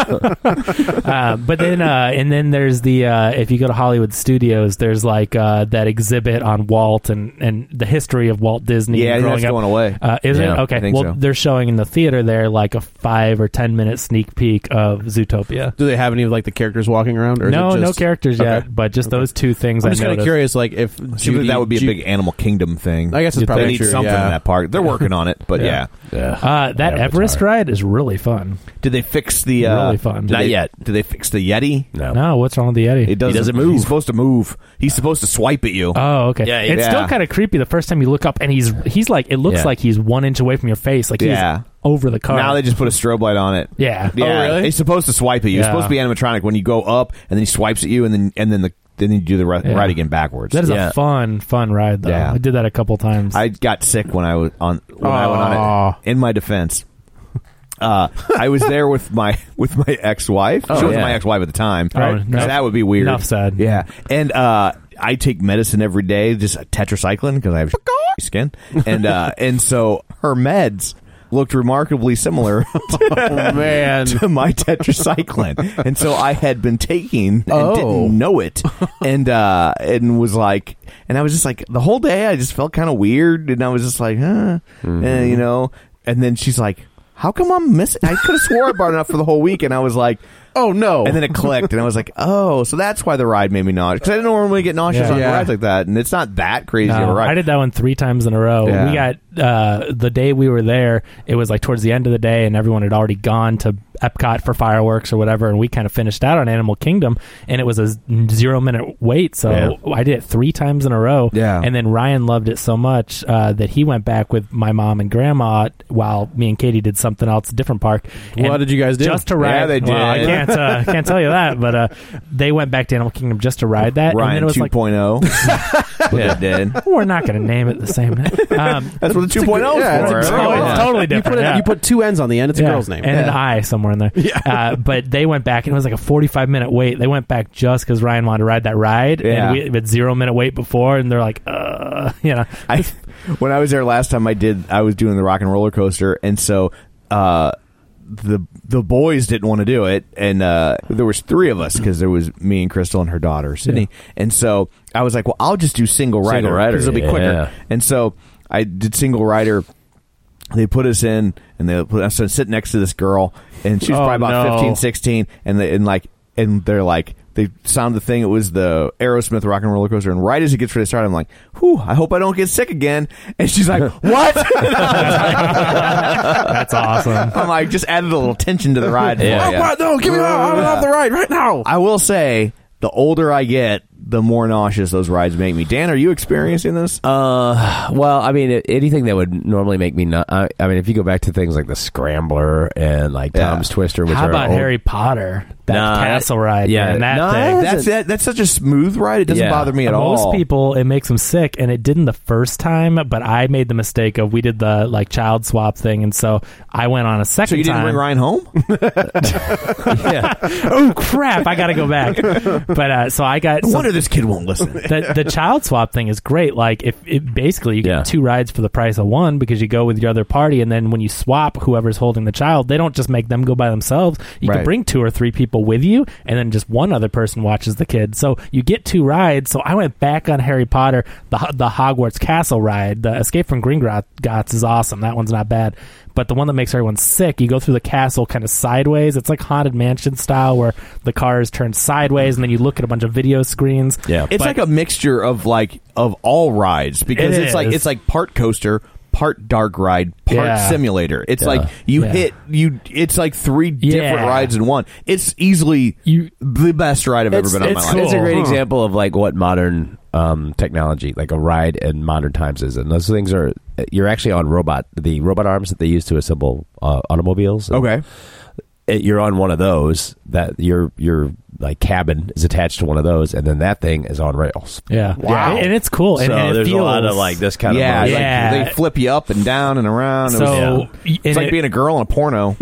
S3: Uh, but then uh, and then there's the uh, if you go to Hollywood Studios, there's like uh, that exhibit on Walt and and the history of Walt Disney.
S1: yeah, I think
S3: growing
S1: that's
S3: up.
S1: going away.
S3: Uh, is it
S4: Yeah,
S3: okay?
S1: I think
S3: well,
S1: so.
S3: they're showing in the theater there like a five or ten minute sneak peek of Zootopia.
S2: Do they have any of like the characters walking around? Or is
S3: No,
S2: it
S3: no
S2: just-
S3: characters
S2: Okay.
S3: yet, but just those two things.
S2: I'm
S3: I
S2: just kind of
S3: noticed.
S2: curious, like if
S1: Assuming
S2: Judy-
S1: that would be a
S2: Ju-
S1: big Animal Kingdom thing.
S2: I guess it's
S1: They
S2: probably
S1: need
S2: true,
S1: something
S2: yeah.
S1: in that park. They're working on it, but yeah.
S4: Yeah.
S3: Uh, that
S4: Avatar.
S3: Everest ride is really fun.
S1: Did they fix the? Uh,
S3: Really fun.
S1: did
S4: Not
S1: they-
S4: yet.
S1: Did they fix the Yeti?
S4: No.
S3: No, what's wrong with the Yeti?
S1: It doesn't,
S4: doesn't move.
S1: He's supposed to move. He's supposed to swipe at you.
S3: Oh, okay.
S4: Yeah,
S3: it's
S1: yeah.
S3: still kind of creepy the first time you look up, and he's he's like it looks
S4: Yeah.
S3: like he's one inch away from your face, like
S1: Yeah.
S3: he's over the car.
S1: now they just put a strobe light on it.
S3: yeah.
S1: Yeah, he's supposed to swipe at you. It's
S3: Oh, Yeah.
S1: supposed to be animatronic when you go up, and then he swipes at you, and then and then the then you do the ri-
S3: Yeah.
S1: ride again backwards.
S3: That is
S4: Yeah.
S3: a fun, fun ride though.
S1: Yeah.
S3: I did that a couple times.
S1: I got sick when I was on when I went on
S2: Aw.
S1: it. In my defense, uh, I was there with my with my ex wife. she was
S4: yeah.
S1: my ex wife at the time.
S3: Oh,
S1: Right? 'Cause
S3: no.
S1: that would be weird.
S3: Enough said.
S1: Yeah, and uh, I take medicine every day, just tetracycline because I have skin, and uh, and so her meds looked remarkably similar
S2: Oh, man.
S1: to my tetracycline, and so I had been taking and
S2: Oh.
S1: didn't know it, and uh, and was like, and I was just like the whole day I just felt kind of weird, and I was just like, huh,
S3: Mm-hmm.
S1: and, you know, and then she's like, how come I'm missing? I could have swore about enough for the whole week, and I was like.
S2: Oh no!
S1: And then it clicked, and I was like, "Oh, so that's why the ride made me nauseous." Because I didn't normally get nauseous
S3: Yeah.
S1: on
S2: Yeah.
S1: rides like that, and it's not that crazy
S3: No,
S1: of a ride.
S3: I did that one three times in a row.
S1: Yeah.
S3: We got uh, the day we were there. It was like towards the end of the day, and everyone had already gone to Epcot for fireworks or whatever, and we kind of finished out on Animal Kingdom, and it was a z- zero minute wait. So
S4: Yeah.
S3: I did it three times in a row.
S1: Yeah.
S3: and then Ryan loved it so much uh, that he went back with my mom and grandma while me and Katie did something else, a different park.
S2: What
S3: And
S2: did you guys do?
S3: Just to
S1: Yeah,
S3: ride.
S1: they
S3: well, I
S1: did.
S3: can't uh, can't tell you that, but uh, they went back to Animal Kingdom just to ride that. and then
S1: Ryan
S3: it was
S1: two oh.
S3: like
S1: yeah. did.
S3: we're not going to name it the same name. Um,
S1: That's what the two point oh
S2: yeah,
S1: is
S2: it's
S1: for.
S2: a-
S3: oh,
S1: right?
S3: it's totally
S2: you
S3: different.
S2: put it-
S3: yeah.
S2: you put two N's on the end. It's
S3: Yeah,
S2: a girl's name.
S3: and an
S1: Yeah.
S3: I somewhere in there. Yeah. Uh, but they went back and it was like a 45 minute wait. They went back just because Ryan wanted to ride that ride.
S1: Yeah.
S3: And we had zero minute wait before, and they're like, uh, you know.
S1: I when I was there last time, I did. I was doing the rock and roller coaster, and so uh, the the boys didn't want to do it, and uh, there was three of us because there was me and Crystal and her daughter Sydney, and so I was like, well, I'll just do single rider,
S4: Single rider,
S1: it'll be
S4: yeah.
S1: quicker, and so I did single rider. They put us in, and they put us I sit next to this girl, and she was
S3: Oh,
S1: probably about
S3: no.
S1: fifteen, sixteen, 15, 16, and they, and like and they're like they sound the thing. It was the Aerosmith Rock and Roller Coaster, and right as it gets ready to start, I'm like, "Whew! I hope I don't get sick again." And she's like, "What?"
S3: That's awesome.
S1: I'm like, just added a little tension to the ride. for
S4: Yeah.
S1: ya.
S2: Oh, what? No, give me out! I'm off the ride right now.
S1: I will say, the older I get, the more nauseous those rides make me. Dan, are you experiencing this?
S4: Uh, well, I mean, a- anything that would normally make me not. I, I mean, if you go back to things like the Scrambler and like
S1: Yeah.
S4: Tom's Twister, which
S3: How
S4: are
S3: about
S4: old-
S3: Harry Potter? That
S4: Nah,
S3: castle
S4: that-
S3: ride.
S4: yeah.
S3: man, that
S4: Nah,
S3: thing.
S1: that's that, that's such a smooth ride. It doesn't
S4: Yeah.
S1: bother me at
S3: Most
S1: all.
S3: people, it makes them sick, and it didn't the first time. But I made the mistake of we did the like child swap thing, and so I went on a second
S1: so you didn't
S3: time.
S1: bring Ryan home?
S4: Yeah.
S3: oh crap! I got to go back. but uh, so I got
S1: No
S3: so-
S1: wonder this kid won't listen.
S3: the, the child swap thing is great. Like if it basically you get
S4: Yeah.
S3: two rides for the price of one because you go with your other party, and then when you swap whoever's holding the child, they don't just make them go by themselves. You
S1: Right.
S3: can bring two or three people people with you, and then just one other person watches the kid. So you get two rides. So I went back on Harry Potter, the the Hogwarts Castle ride. The Escape from Gringotts is awesome. That one's not bad. But the one that makes everyone sick, you go through the castle kind of sideways. It's like haunted mansion style, where the cars turn sideways, and then you look at a bunch of video screens.
S4: Yeah.
S1: It's
S3: But-
S1: like a mixture of like of all rides because
S3: It
S1: it's like
S3: is.
S1: it's like part coaster, part dark ride, part
S3: Yeah.
S1: simulator. It's like you
S3: Yeah.
S1: hit you. It's like three
S3: Yeah.
S1: different rides in one. It's easily
S3: You-
S1: the best ride I've
S4: It's-
S1: ever been on
S4: it's
S1: my
S3: cool.
S1: life.
S4: It's a great
S3: Huh.
S4: example of like what modern um, technology, like a ride in modern times, is, and those things are you're actually on robot the robot arms that they use to assemble uh, automobiles.
S1: Okay,
S4: it, you're on one of those that your your like cabin is attached to one of those, and then that thing is on rails.
S3: Yeah.
S4: Wow.
S3: And it's cool.
S4: So
S3: and, and it
S4: there's
S3: feels,
S4: a lot of like this kind
S1: yeah,
S4: of
S1: like,
S3: Yeah.
S1: they flip you up and down and around. It was-
S3: So y- and
S1: it's like
S3: it-
S1: being a girl in a porno.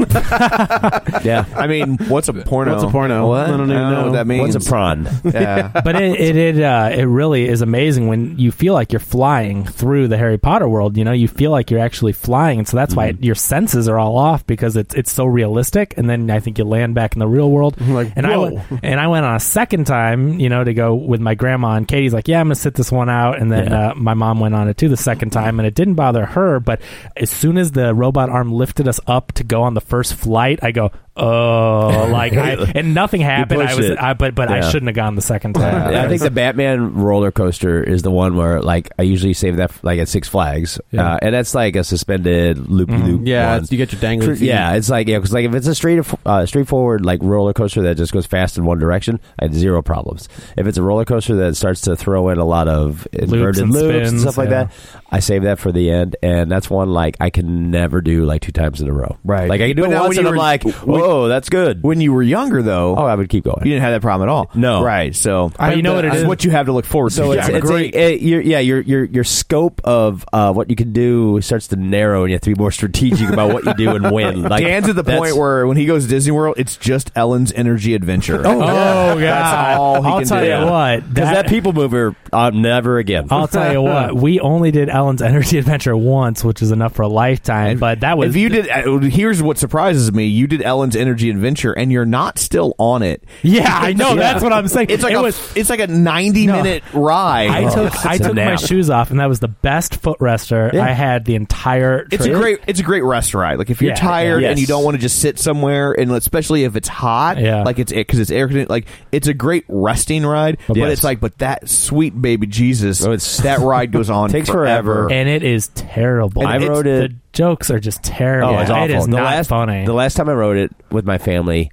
S4: yeah.
S1: I mean, what's a porno?
S2: What's a porno?
S1: What?
S2: I don't even know.
S1: what that means.
S4: What's a prawn?
S1: yeah.
S3: but it it it, uh, it really is amazing when you feel like you're flying through the Harry Potter world. You know, you feel like you're actually flying, and so that's why your senses are all off because it's it's so realistic. And then I think you land back in the real world.
S2: Like,
S3: and I
S2: whoa.
S3: went, and I went on a second time, you know, to go with my grandma. And Katie's like, "Yeah, I'm gonna sit this one out." And then uh, my mom went on it too the second time, and it didn't bother her. But as soon as the robot arm lifted us up to go on the first flight, I go, "Oh!" Like, I, and nothing happened. I
S4: pushed
S3: was,
S4: it.
S3: I, but but I
S4: Yeah.
S3: shouldn't have gone the second time.
S4: I think the Batman roller coaster is the one where like I usually save that f- like at Six Flags,
S3: Yeah.
S4: uh, and that's like a suspended loopy
S1: Mm-hmm.
S4: loop.
S2: Yeah,
S4: one.
S2: it's- you get your dangling.
S4: Cru-
S2: feet.
S4: Yeah, it's like yeah, because like if it's a straight uh, straightforward like roller coaster that just goes fast in one direction, I had zero problems. If it's a roller coaster that starts to throw in a lot of inverted
S3: and
S4: loops and
S3: spins,
S4: stuff like
S3: yeah.
S4: that, I save that for the end, and that's one like I can never do like two times in a row.
S1: Right.
S4: Like I can do
S1: But
S4: it
S1: now
S4: once,
S1: when
S4: and
S1: you
S4: I'm
S1: were-
S4: like,
S1: when-
S4: whoa, that's good.
S1: When you were younger, though,
S4: Oh, I would keep going.
S1: you didn't have that problem at all.
S4: No.
S1: right? So
S3: But you know what it
S1: That's
S3: is?
S1: What you have to look forward
S4: So
S1: to.
S4: it's, it's
S1: great.
S4: A, it- your, yeah, your your your scope of uh, what you can do starts to narrow, and you have to be more strategic about what you do and when. Like,
S1: Dan's at the
S4: that's-
S1: point where when he goes to Disney World, it's just Ellen's energy adventure. oh,
S3: Oh god!
S1: That's all he
S3: I'll
S1: can
S3: tell
S1: do.
S3: you what.
S4: because that,
S3: that-
S4: people mover, uh, never again.
S3: I'll tell you what. We only did Ellen's Energy Adventure once, which is enough for a lifetime. but that was
S1: if you did. uh, Here's what surprises me: you did Ellen's energy adventure, and you're not still on it.
S3: Yeah, I know. That's what I'm saying.
S1: It's like
S3: it
S1: a,
S3: was.
S1: it's like a 90
S3: No.
S1: minute ride. Oh.
S3: I took I
S4: it's a
S3: took my
S4: nap.
S3: shoes off, and that was the best foot rester I had the entire. Trip.
S1: It's a great it's a great rest ride. Like if you're
S3: Yeah,
S1: tired
S4: yeah.
S1: and you
S4: Yes.
S1: don't want to just sit somewhere, and especially if it's hot,
S3: Yeah.
S1: like it's because it's air conditioned. Like it's a great resting ride, but
S4: Yes.
S1: it's like but that sweet baby Jesus,
S4: Oh, it's-
S1: that ride goes on
S4: Takes
S1: forever.
S4: forever.
S3: and it is terrible.
S4: I
S3: It's-
S4: rode it-
S3: The jokes are just terrible.
S4: Oh, it's awful.
S3: It is
S4: the
S3: not
S4: last,
S3: funny.
S4: The last time I rode it with my family,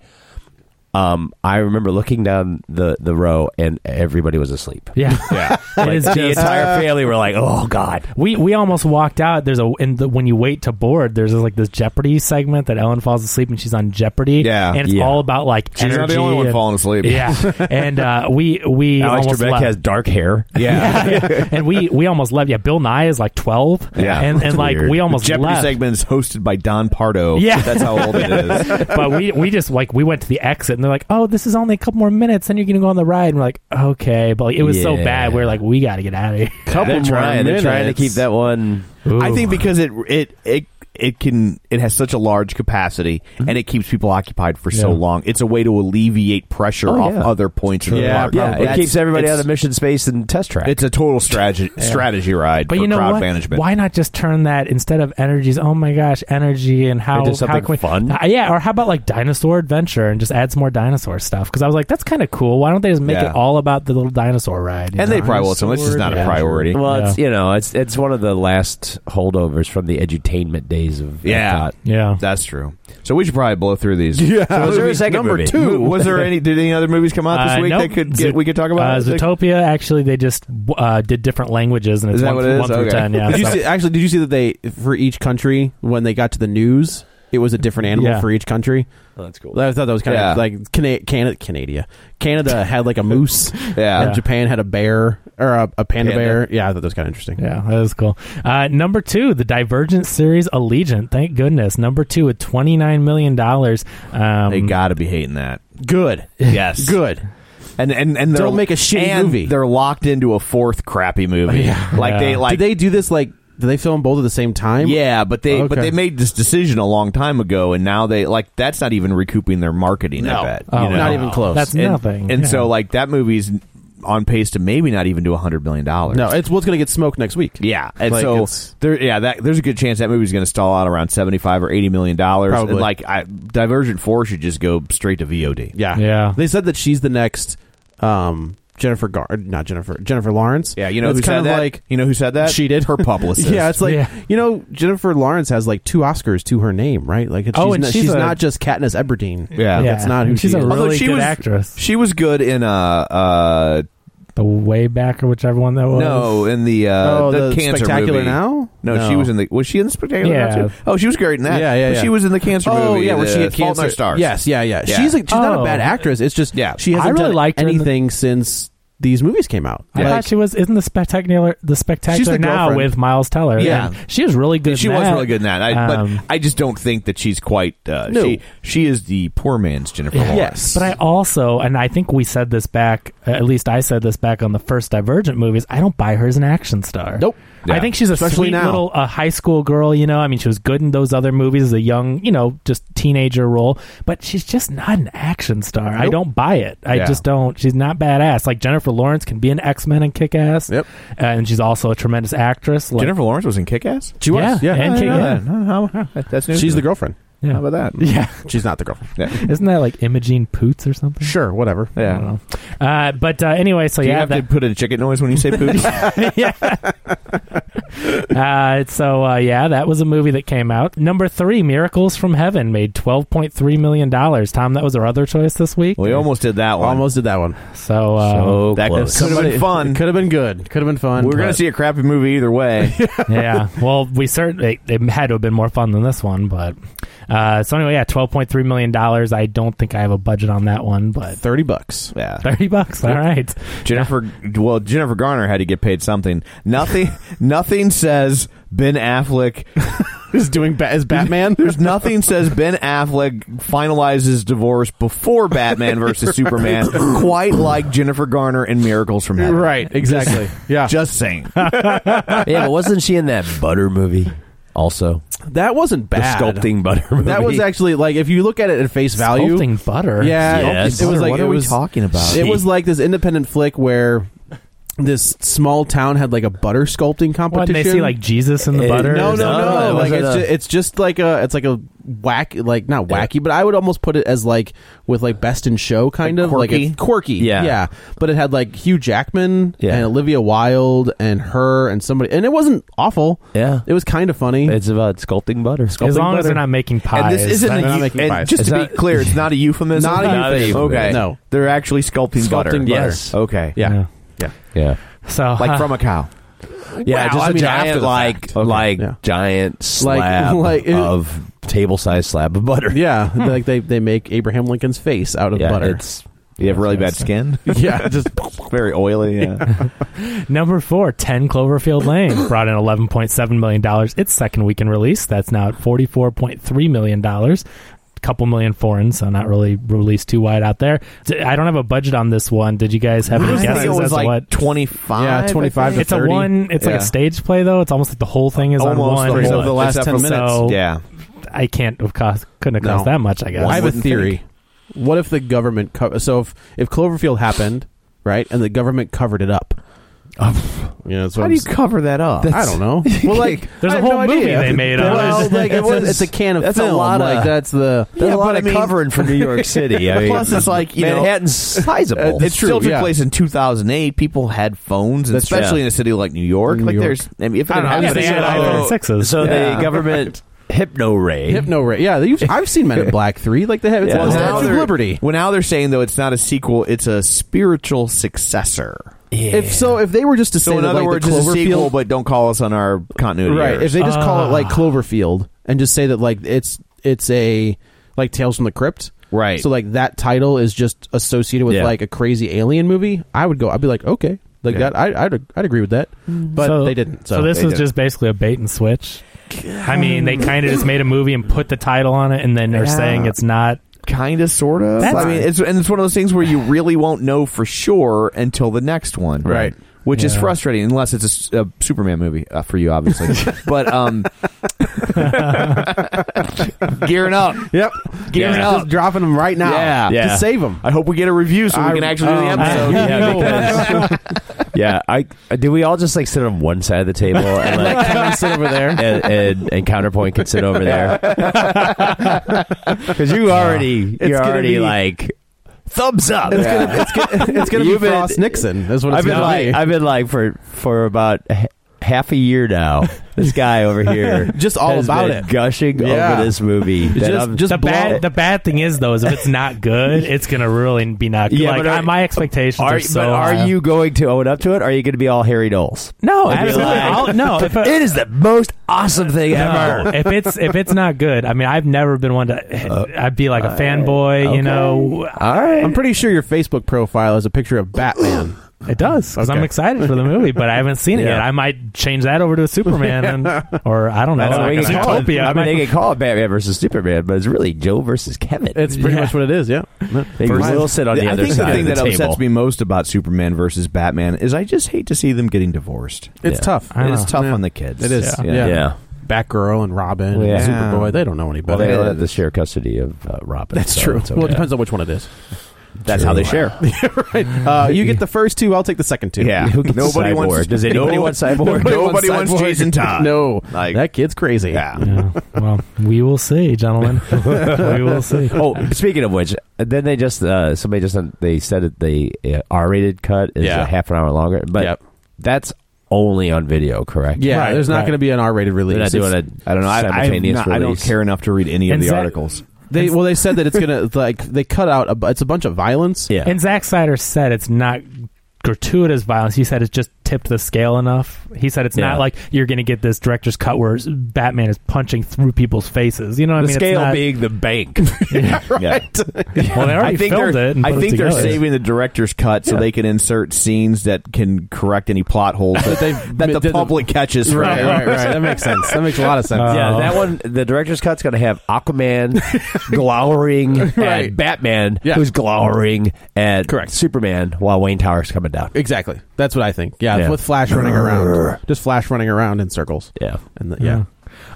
S4: um, I remember looking down the, the row and everybody was asleep.
S3: yeah, yeah. it is
S4: The
S3: just
S4: entire family were like, "Oh God!"
S3: We we almost walked out. There's a and the, when you wait to board, there's like this Jeopardy segment that Ellen falls asleep and she's on Jeopardy.
S1: Yeah.
S3: and it's
S4: Yeah.
S3: all about like she's energy. and,
S1: asleep.
S3: Yeah, and uh, we we
S4: Alex
S3: almost
S4: Trebek
S3: left.
S4: has dark hair.
S1: yeah.
S3: and we we almost left. Yeah, Bill Nye is like twelve.
S1: Yeah.
S3: and and like
S4: Weird.
S3: we almost
S1: Jeopardy
S3: left.
S1: segment is hosted by Don Pardo.
S3: Yeah.
S1: that's how old it is.
S3: but we we just like we went to the exit and they're like, oh, this is only a couple more minutes, then you're gonna go on the ride. And we're like, okay, but like, it was so
S4: Yeah.
S3: bad. We are like, we got to get out of here.
S4: They're trying. They're trying to keep that one.
S1: I think because it it it it can it has such a large capacity
S4: Mm-hmm.
S1: and it keeps people occupied for so
S3: Yeah.
S1: long. It's a way to alleviate pressure
S4: Oh,
S1: off
S4: yeah.
S1: other points in the
S4: Yeah,
S1: park.
S4: yeah. It
S1: That's-
S4: keeps everybody
S1: it's-
S4: out of mission space and test track.
S1: It's a total strategy strategy ride
S3: But
S1: for
S3: you know
S1: crowd
S3: what?
S1: management.
S3: Why not just turn that instead of energies? Oh my gosh, energy and how
S4: Into something
S3: how can we,
S4: fun?
S3: Uh, yeah, or how about like dinosaur adventure and just add some more dinosaur stuff? Because I was like, that's kind of cool. Why don't they just make
S1: Yeah.
S3: it all about the little dinosaur ride? you
S1: And
S3: know?
S1: they probably will. So it's just not a
S3: Yeah.
S1: priority.
S4: well, it's you know, it's it's one of the last holdovers from the edutainment days of
S1: Yeah.
S4: Epcot.
S3: yeah.
S1: That's true. So we should probably blow through these.
S4: Yeah.
S1: So
S4: Was there a second
S1: number
S4: movie?
S1: two? Was there any? Did any other movies come out this
S3: Uh,
S1: week
S3: nope.
S1: that could get,
S3: Zoot-
S1: we could talk
S3: Uh,
S1: about?
S3: Zootopia. Actually, they just uh, did different languages, and it's
S1: Is that
S3: one,
S1: what it is?
S3: one through
S1: Okay.
S3: ten. Yeah,
S2: Did you
S3: so-
S2: see, actually, did you see that they for each country when they got to the news, it was a different animal
S3: Yeah.
S2: for each country.
S4: that's cool.
S2: I thought that was kind
S1: Yeah.
S2: of like Canada, Canada, Canada. Canada had like a moose.
S1: Yeah.
S2: And Japan had a bear or a, a panda,
S1: Panda.
S2: bear. Yeah, I thought that was kind of interesting.
S3: Yeah, that was cool. Uh, number two, the Divergent series Allegiant. Thank goodness. Number two with twenty nine million dollars. Um,
S1: They got to be hating that.
S2: Good.
S1: Yes.
S2: Good.
S1: And and and they're
S2: Don't make a shitty
S1: and
S2: movie.
S1: They're locked into a fourth crappy movie. Like
S3: Yeah.
S1: they like
S2: Did they do this like Did they film both at the same time?
S1: yeah, but they but
S2: Okay.
S1: they made this decision a long time ago, and now they like that's not even recouping their marketing. I
S2: No.
S1: bet
S3: Oh,
S2: Not even close.
S3: That's
S1: And-
S3: nothing.
S1: And
S3: yeah.
S1: so like that movie's on pace to maybe not even do a hundred million dollars.
S2: No, it's what's going to get smoked next week.
S1: Yeah, and
S2: Like,
S1: so
S2: it's-
S1: there, yeah, that, there's a good chance that movie's going to stall out around seventy five or eighty million dollars. And
S2: Probably.
S1: like, I, Divergent Four should just go straight to VOD.
S2: Yeah.
S3: Yeah.
S2: They said that she's the next um, Jennifer Gar not Jennifer Jennifer Lawrence.
S1: yeah. You know
S2: it's
S1: who
S2: kind
S1: said
S2: of
S1: that?
S2: like
S1: you know who said that?
S2: She did.
S1: Her publicist.
S2: yeah, it's like
S3: Yeah.
S2: you know Jennifer Lawrence has like two Oscars to her name, right? Like it's,
S3: Oh,
S2: she's,
S3: and
S2: not,
S3: she's
S2: she's,
S3: a-
S2: not just Katniss Everdeen.
S1: Yeah.
S3: yeah.
S2: that's not who
S3: she's
S2: she
S3: a
S2: is.
S1: Although
S3: really
S1: she
S3: good
S1: was-
S3: actress.
S1: she was good in uh uh
S3: the way back or whichever one that was.
S1: no in the uh
S2: oh,
S1: the,
S2: the
S1: cancer
S2: spectacular
S1: movie.
S2: now.
S1: No, she was in the was she in the spectacular
S3: Yeah.
S1: now too? Oh, she was great in that.
S2: Yeah, yeah,
S1: But
S2: yeah.
S1: She was in the cancer
S2: Oh
S1: movie.
S2: yeah, where
S1: the
S2: she had
S1: Fault in Our
S2: cancer.
S1: Stars.
S2: Yes, yeah, yeah.
S1: Yeah.
S2: She's like she's not
S3: Oh.
S2: a bad actress. It's just
S1: Yeah.
S2: she
S3: I
S2: hasn't
S3: really
S2: done
S3: liked her in the-
S2: anything since these movies came out.
S3: I
S2: Like,
S3: thought she was. Isn't the spectacular the spectacular
S1: She's the
S3: now
S1: girlfriend.
S3: with Miles Teller?
S1: Yeah.
S3: And she was really good.
S1: She
S3: in
S1: was
S3: that.
S1: really good in that. I,
S3: Um,
S1: but I just don't think that she's quite. Uh,
S2: No.
S1: she, she is the poor man's Jennifer Lawrence.
S2: yes,
S3: But I also, and I think we said this back. uh, At least I said this back on the first Divergent movies. I don't buy her as an action star.
S2: Nope.
S3: I
S1: Yeah.
S3: think she's a
S2: Especially
S3: sweet
S2: now.
S3: little a high school girl. You know, I mean, she was good in those other movies as a young, you know, just teenager role. But she's just not an action star. I
S2: Nope.
S3: don't buy it. I
S1: Yeah.
S3: just don't. She's not badass. Like Jennifer Lawrence can be an X Men and kick ass.
S2: Yep.
S3: And she's also a tremendous actress. Like,
S1: Jennifer Lawrence was in Kick Ass.
S2: she was.
S3: Yeah,
S2: Yeah,
S3: and
S2: I
S3: Kick-
S2: know
S3: yeah.
S2: that.
S1: That's new.
S2: She's the girlfriend.
S3: yeah.
S1: How about that?
S3: Yeah.
S2: She's not the girlfriend.
S1: Yeah.
S3: Isn't that like Imogene Poots or something?
S2: Sure, whatever.
S3: I don't know. Uh, but uh, anyway, so
S1: Do you
S3: yeah,
S1: have
S3: that,
S1: to put in a chicken noise when you say poop?
S3: uh, so uh, yeah, that was a movie that came out. Number three, Miracles from Heaven, made twelve point three million dollars. Tom, that was our other choice this week.
S1: we almost did that one.
S2: Almost did that one.
S3: So, uh,
S2: Oh,
S4: so
S1: Oh, That
S4: close.
S1: could have been fun.
S2: Could have been good. Could have been fun.
S1: We're gonna
S2: but-
S1: see a crappy movie either way.
S3: yeah. Well, we certainly it had to have been more fun than this one, but uh, so anyway, yeah, twelve point three million dollars. I don't think I have a budget on that one, but
S2: thirty bucks.
S1: yeah.
S3: thirty bucks. All right.
S1: Jennifer, well, Jennifer Garner had to get paid something. Nothing, nothing says Ben Affleck
S2: Is doing ba- is Batman?
S1: There's nothing says Ben Affleck finalizes divorce before Batman versus Superman, quite like Jennifer Garner in Miracles from Heaven.
S2: right. Exactly. yeah.
S1: Just saying.
S4: yeah, but wasn't she in that butter movie also?
S2: that wasn't
S4: The
S2: bad.
S4: sculpting butter movie.
S2: That was actually like if you look at it at face value.
S3: Sculpting butter.
S2: Yeah.
S4: Yes.
S2: It was like
S1: what
S2: it
S1: are
S2: was
S1: we talking about?
S2: It was like this independent flick where this small town had like a butter sculpting
S3: What,
S2: competition.
S3: and they see like Jesus in the
S4: Eh,
S3: butter.
S2: no, no,
S4: No,
S2: no,
S4: it
S2: Like
S4: wasn't
S3: uh,
S2: it's,
S4: a-
S2: ju- it's just like a it's like a whack like not wacky, but I would almost put it as like with like best in show kind
S1: Like
S2: of like
S1: quirky?
S2: it's quirky.
S4: Yeah.
S2: yeah. But it had like Hugh Jackman
S4: Yeah.
S2: and Olivia Wilde and her and somebody, and it wasn't awful.
S4: Yeah.
S2: it was kind of funny.
S4: It's about Uh, sculpting butter. Sculpting
S3: As long
S4: butter.
S3: as they're not making pies.
S1: And this isn't
S3: That's-
S1: a, eu-
S2: making
S1: and
S2: pies.
S1: just
S4: It's
S1: to be
S4: not-
S1: clear, it's not a euphemism.
S2: Not a
S4: Not a euphemism. euphemism.
S1: Okay,
S2: No.
S1: they're actually sculpting,
S2: Sculpting
S1: butter.
S2: butter.
S4: Yes.
S1: Okay.
S2: yeah.
S3: Yeah.
S4: yeah.
S3: So
S1: Like
S3: huh.
S1: from a cow.
S4: Yeah,
S2: Wow,
S4: just a
S2: I mean, after
S4: giant
S2: the
S4: like
S2: fact.
S4: like
S2: Yeah.
S4: giant slab
S2: like it-
S4: of table sized slab of butter.
S2: Yeah,
S3: Hmm.
S2: like they, they make Abraham Lincoln's face out of
S4: Yeah,
S2: butter.
S4: it's
S1: You have really bad skin.
S2: yeah, just
S1: Very oily. Yeah.
S3: number four, 10 Cloverfield Lane brought in $11.7 million its second week in release. That's now at $44.3 million. A couple million foreign, so not really released too wide out there. D- I don't have a budget on this one. Did you guys have any
S1: I think
S3: guesses
S1: it
S3: as
S1: was
S3: to
S1: like
S3: what?
S1: 25.
S2: Yeah, 25 to
S3: It's a one. It's like
S1: Yeah.
S3: a stage play, though. It's almost like the whole thing is
S1: Almost
S3: on
S1: the
S3: one.
S1: whole-
S3: bullet.
S1: the last
S3: Except
S1: 10
S3: for-
S1: minutes.
S3: So
S1: Yeah.
S3: I can't have cost. Couldn't have cost
S2: No.
S3: that much. I guess.
S2: I have a
S1: wouldn't
S2: theory. What if the government co- so if if Cloverfield happened, right, and the government covered it up? yeah, that's what
S1: How
S2: I'm
S1: do you
S2: s-
S1: cover that up?
S2: I don't know. Well, like
S3: There's
S2: I
S3: a
S2: have
S3: whole
S2: no
S3: movie
S2: idea.
S3: they made on
S2: Well,
S3: it.
S2: like it
S4: That's-
S2: was, it's a can of
S4: that's a
S2: film.
S4: lot of-
S2: like that's the
S4: there's
S1: Yeah,
S4: a lot
S1: but
S4: of
S1: I mean-
S4: covering for New York City. I mean,
S1: Plus, it's like, you know-
S4: Manhattan's
S1: Uh,
S4: sizable.
S1: It still
S2: true,
S1: took
S2: yeah.
S1: place in 2008. People had phones, and
S2: That's true.
S1: especially in a city like New York.
S2: New
S1: like
S2: York.
S1: there's, I mean, if it
S2: I don't know,
S1: happens
S3: Yeah, they
S1: in
S3: had
S1: Chicago-
S3: iPhone sixes.
S4: So
S1: Yeah.
S4: the government hypno ray.
S2: Hypno Ray. Yeah, you've, I've seen Men in Black Three. Like they have it's
S4: Yeah.
S2: on the
S4: Well,
S1: now
S2: Statue of
S1: they're-
S2: Liberty.
S1: Well, now they're saying though it's not a sequel; it's a spiritual successor.
S2: If so, if they were just to
S1: So
S2: say
S1: in
S2: that,
S1: other
S2: like,
S1: words,
S2: the
S1: it's a
S2: Cloverfield,
S1: sequel, but don't call us on our continuity.
S2: right?
S1: errors.
S2: If they just call it like
S3: Ah.
S2: Cloverfield and just say that like it's it's a like Tales from the Crypt,
S1: Right.
S2: So like that title is just associated with
S4: Yeah.
S2: like a crazy alien movie. I would go. I'd be like, okay, like
S1: Yeah.
S2: that. I, I'd I'd agree with that. But
S3: Mm. So-
S2: they didn't. So,
S3: So, this
S1: they
S3: was
S1: didn't.
S3: just basically a bait and switch. I mean, they kind of just made a movie and put the title on it, and then they're
S1: Yeah.
S3: saying it's not.
S1: kind of, sort of.
S3: That's-
S1: I mean, it's and it's one of those things where you really won't know for sure until the next one.
S2: Right.
S1: which is
S3: Yeah.
S1: frustrating unless it's a s- a, Superman movie uh, for you, obviously. but um, gearing up,
S2: Yep.
S1: gearing
S2: Yeah.
S1: up.
S2: Just dropping them right now.
S1: Yeah. Oh,
S2: To
S4: Yeah.
S2: save them.
S1: I hope we get a review so
S2: I-
S1: we can actually do the
S2: um,
S1: episode.
S3: I-
S4: yeah,
S3: No.
S4: because- yeah, I do. We all just like sit on one side of the table, and like sit over there, and, and, and counterpoint can sit over there. Because you already,
S1: It's
S4: you're
S1: gonna
S4: already
S1: be-
S4: like thumbs up.
S2: It's going to
S4: You've
S2: be
S4: been-
S2: Frost Nixon. That's what
S4: I've
S2: it's
S4: been
S2: going to
S4: like,
S2: be.
S4: I've been like for for about h- half a year now. This guy over here,
S2: Just all
S4: has
S2: about
S4: been
S2: it.
S4: gushing
S2: Yeah.
S4: over this movie. that I'm-
S3: the bad the bad thing is though is if it's not good, it's gonna really be not good.
S4: Yeah,
S3: like
S4: but are-
S3: I- my expectations
S4: are,
S3: are so.
S4: but
S3: high.
S4: are you going to own up to it? Or are you going to be all Harry Knowles?
S3: No,
S4: If you're
S3: absolutely.
S4: like,
S3: I'll- no, if I-
S4: it is the most awesome thing
S3: No,
S4: ever.
S3: if it's if it's not good, I mean, I've never been one to.
S4: Uh,
S3: I'd be like a fanboy, you know.
S4: All right.
S2: I'm pretty sure your Facebook profile is a picture of Batman.
S3: It does because I'm excited for the movie, but I haven't seen it yet. I might change that over to a Superman, and, or I don't know,
S2: Oh,
S4: That's what
S3: like
S4: we
S3: a
S4: can call it.
S3: Zootopia.
S4: I mean, they can call it Batman versus Superman, but it's really Joe versus Kevin.
S2: It's pretty
S3: Yeah.
S2: much what it is, yeah.
S4: they will sit on the
S1: I
S4: other
S1: think
S4: side
S1: the thing
S4: of
S1: that
S4: the table.
S1: upsets me most about Superman versus Batman is I just hate to see them getting divorced.
S2: It's tough.
S3: I
S1: It's
S3: know.
S1: tough on the kids.
S2: It is.
S1: Yeah.
S2: Yeah.
S4: Yeah.
S2: Batgirl and Robin
S4: Yeah.
S2: and Superboy, they don't know any
S4: Well,
S2: better.
S4: they don't have the share custody of uh, Robin.
S2: That's
S4: so
S2: true.
S4: it's okay.
S2: Well, it depends on which one it is.
S1: That's how they share.
S2: right. Uh, you get the first two, I'll take the second two.
S1: Yeah.
S4: Who gets
S1: Nobody
S4: cyborg?
S1: wants-
S4: Does anybody
S1: No-
S4: want cyborg?
S1: Nobody wants
S2: Cyborg.
S1: Jason Todd.
S2: No.
S1: Like-
S2: that kid's crazy.
S1: Yeah.
S3: Yeah, well, we will see, gentlemen. we will see.
S4: Oh, speaking of which, then they just uh, somebody just they said that the uh, R-rated cut is
S2: Yeah.
S4: a half an hour longer, but
S2: Yep.
S4: that's only on video, correct?
S2: Yeah,
S3: Right,
S2: there's not
S3: right.
S2: going to be an R-rated release.
S4: They're not doing
S2: It's-
S4: a
S1: I don't know. I, I, have
S4: simultaneous
S1: not- I don't
S4: release.
S1: care enough to read any of
S3: And
S1: the
S3: Zach-
S1: articles.
S2: They well, they said that it's gonna like they cut out. A, bu- it's a bunch of violence.
S4: Yeah.
S3: And Zack Snyder said it's not gratuitous violence. He said it's just tipped the scale enough. He said it's
S4: Yeah.
S3: not like you're going to get this director's cut where Batman is punching through people's faces. You know what
S4: the
S3: I mean?
S4: scale
S3: it's not,
S4: being the bank.
S1: Right.
S3: well, they already
S1: I think
S3: filmed
S1: they're,
S3: it. And
S1: I
S3: put it
S1: think they're
S3: together.
S1: saving the director's cut so they can insert scenes that can correct any plot holes that,
S2: they've-
S1: that the
S2: that-
S1: public catches.
S2: Right, right, right. That makes sense. That makes a lot of sense.
S3: Uh,
S4: yeah,
S3: Oh.
S4: that one. The director's cut's going to have Aquaman glowering at
S2: Right.
S4: Batman,
S2: Yeah.
S4: who's glowering at
S2: Correct.
S4: Superman, while Wayne Tower's coming down.
S2: exactly. That's what I think. Yeah,
S4: Yeah.
S2: with Flash running around, just Flash running around in circles.
S4: Yeah,
S2: And the, yeah.
S3: Yeah.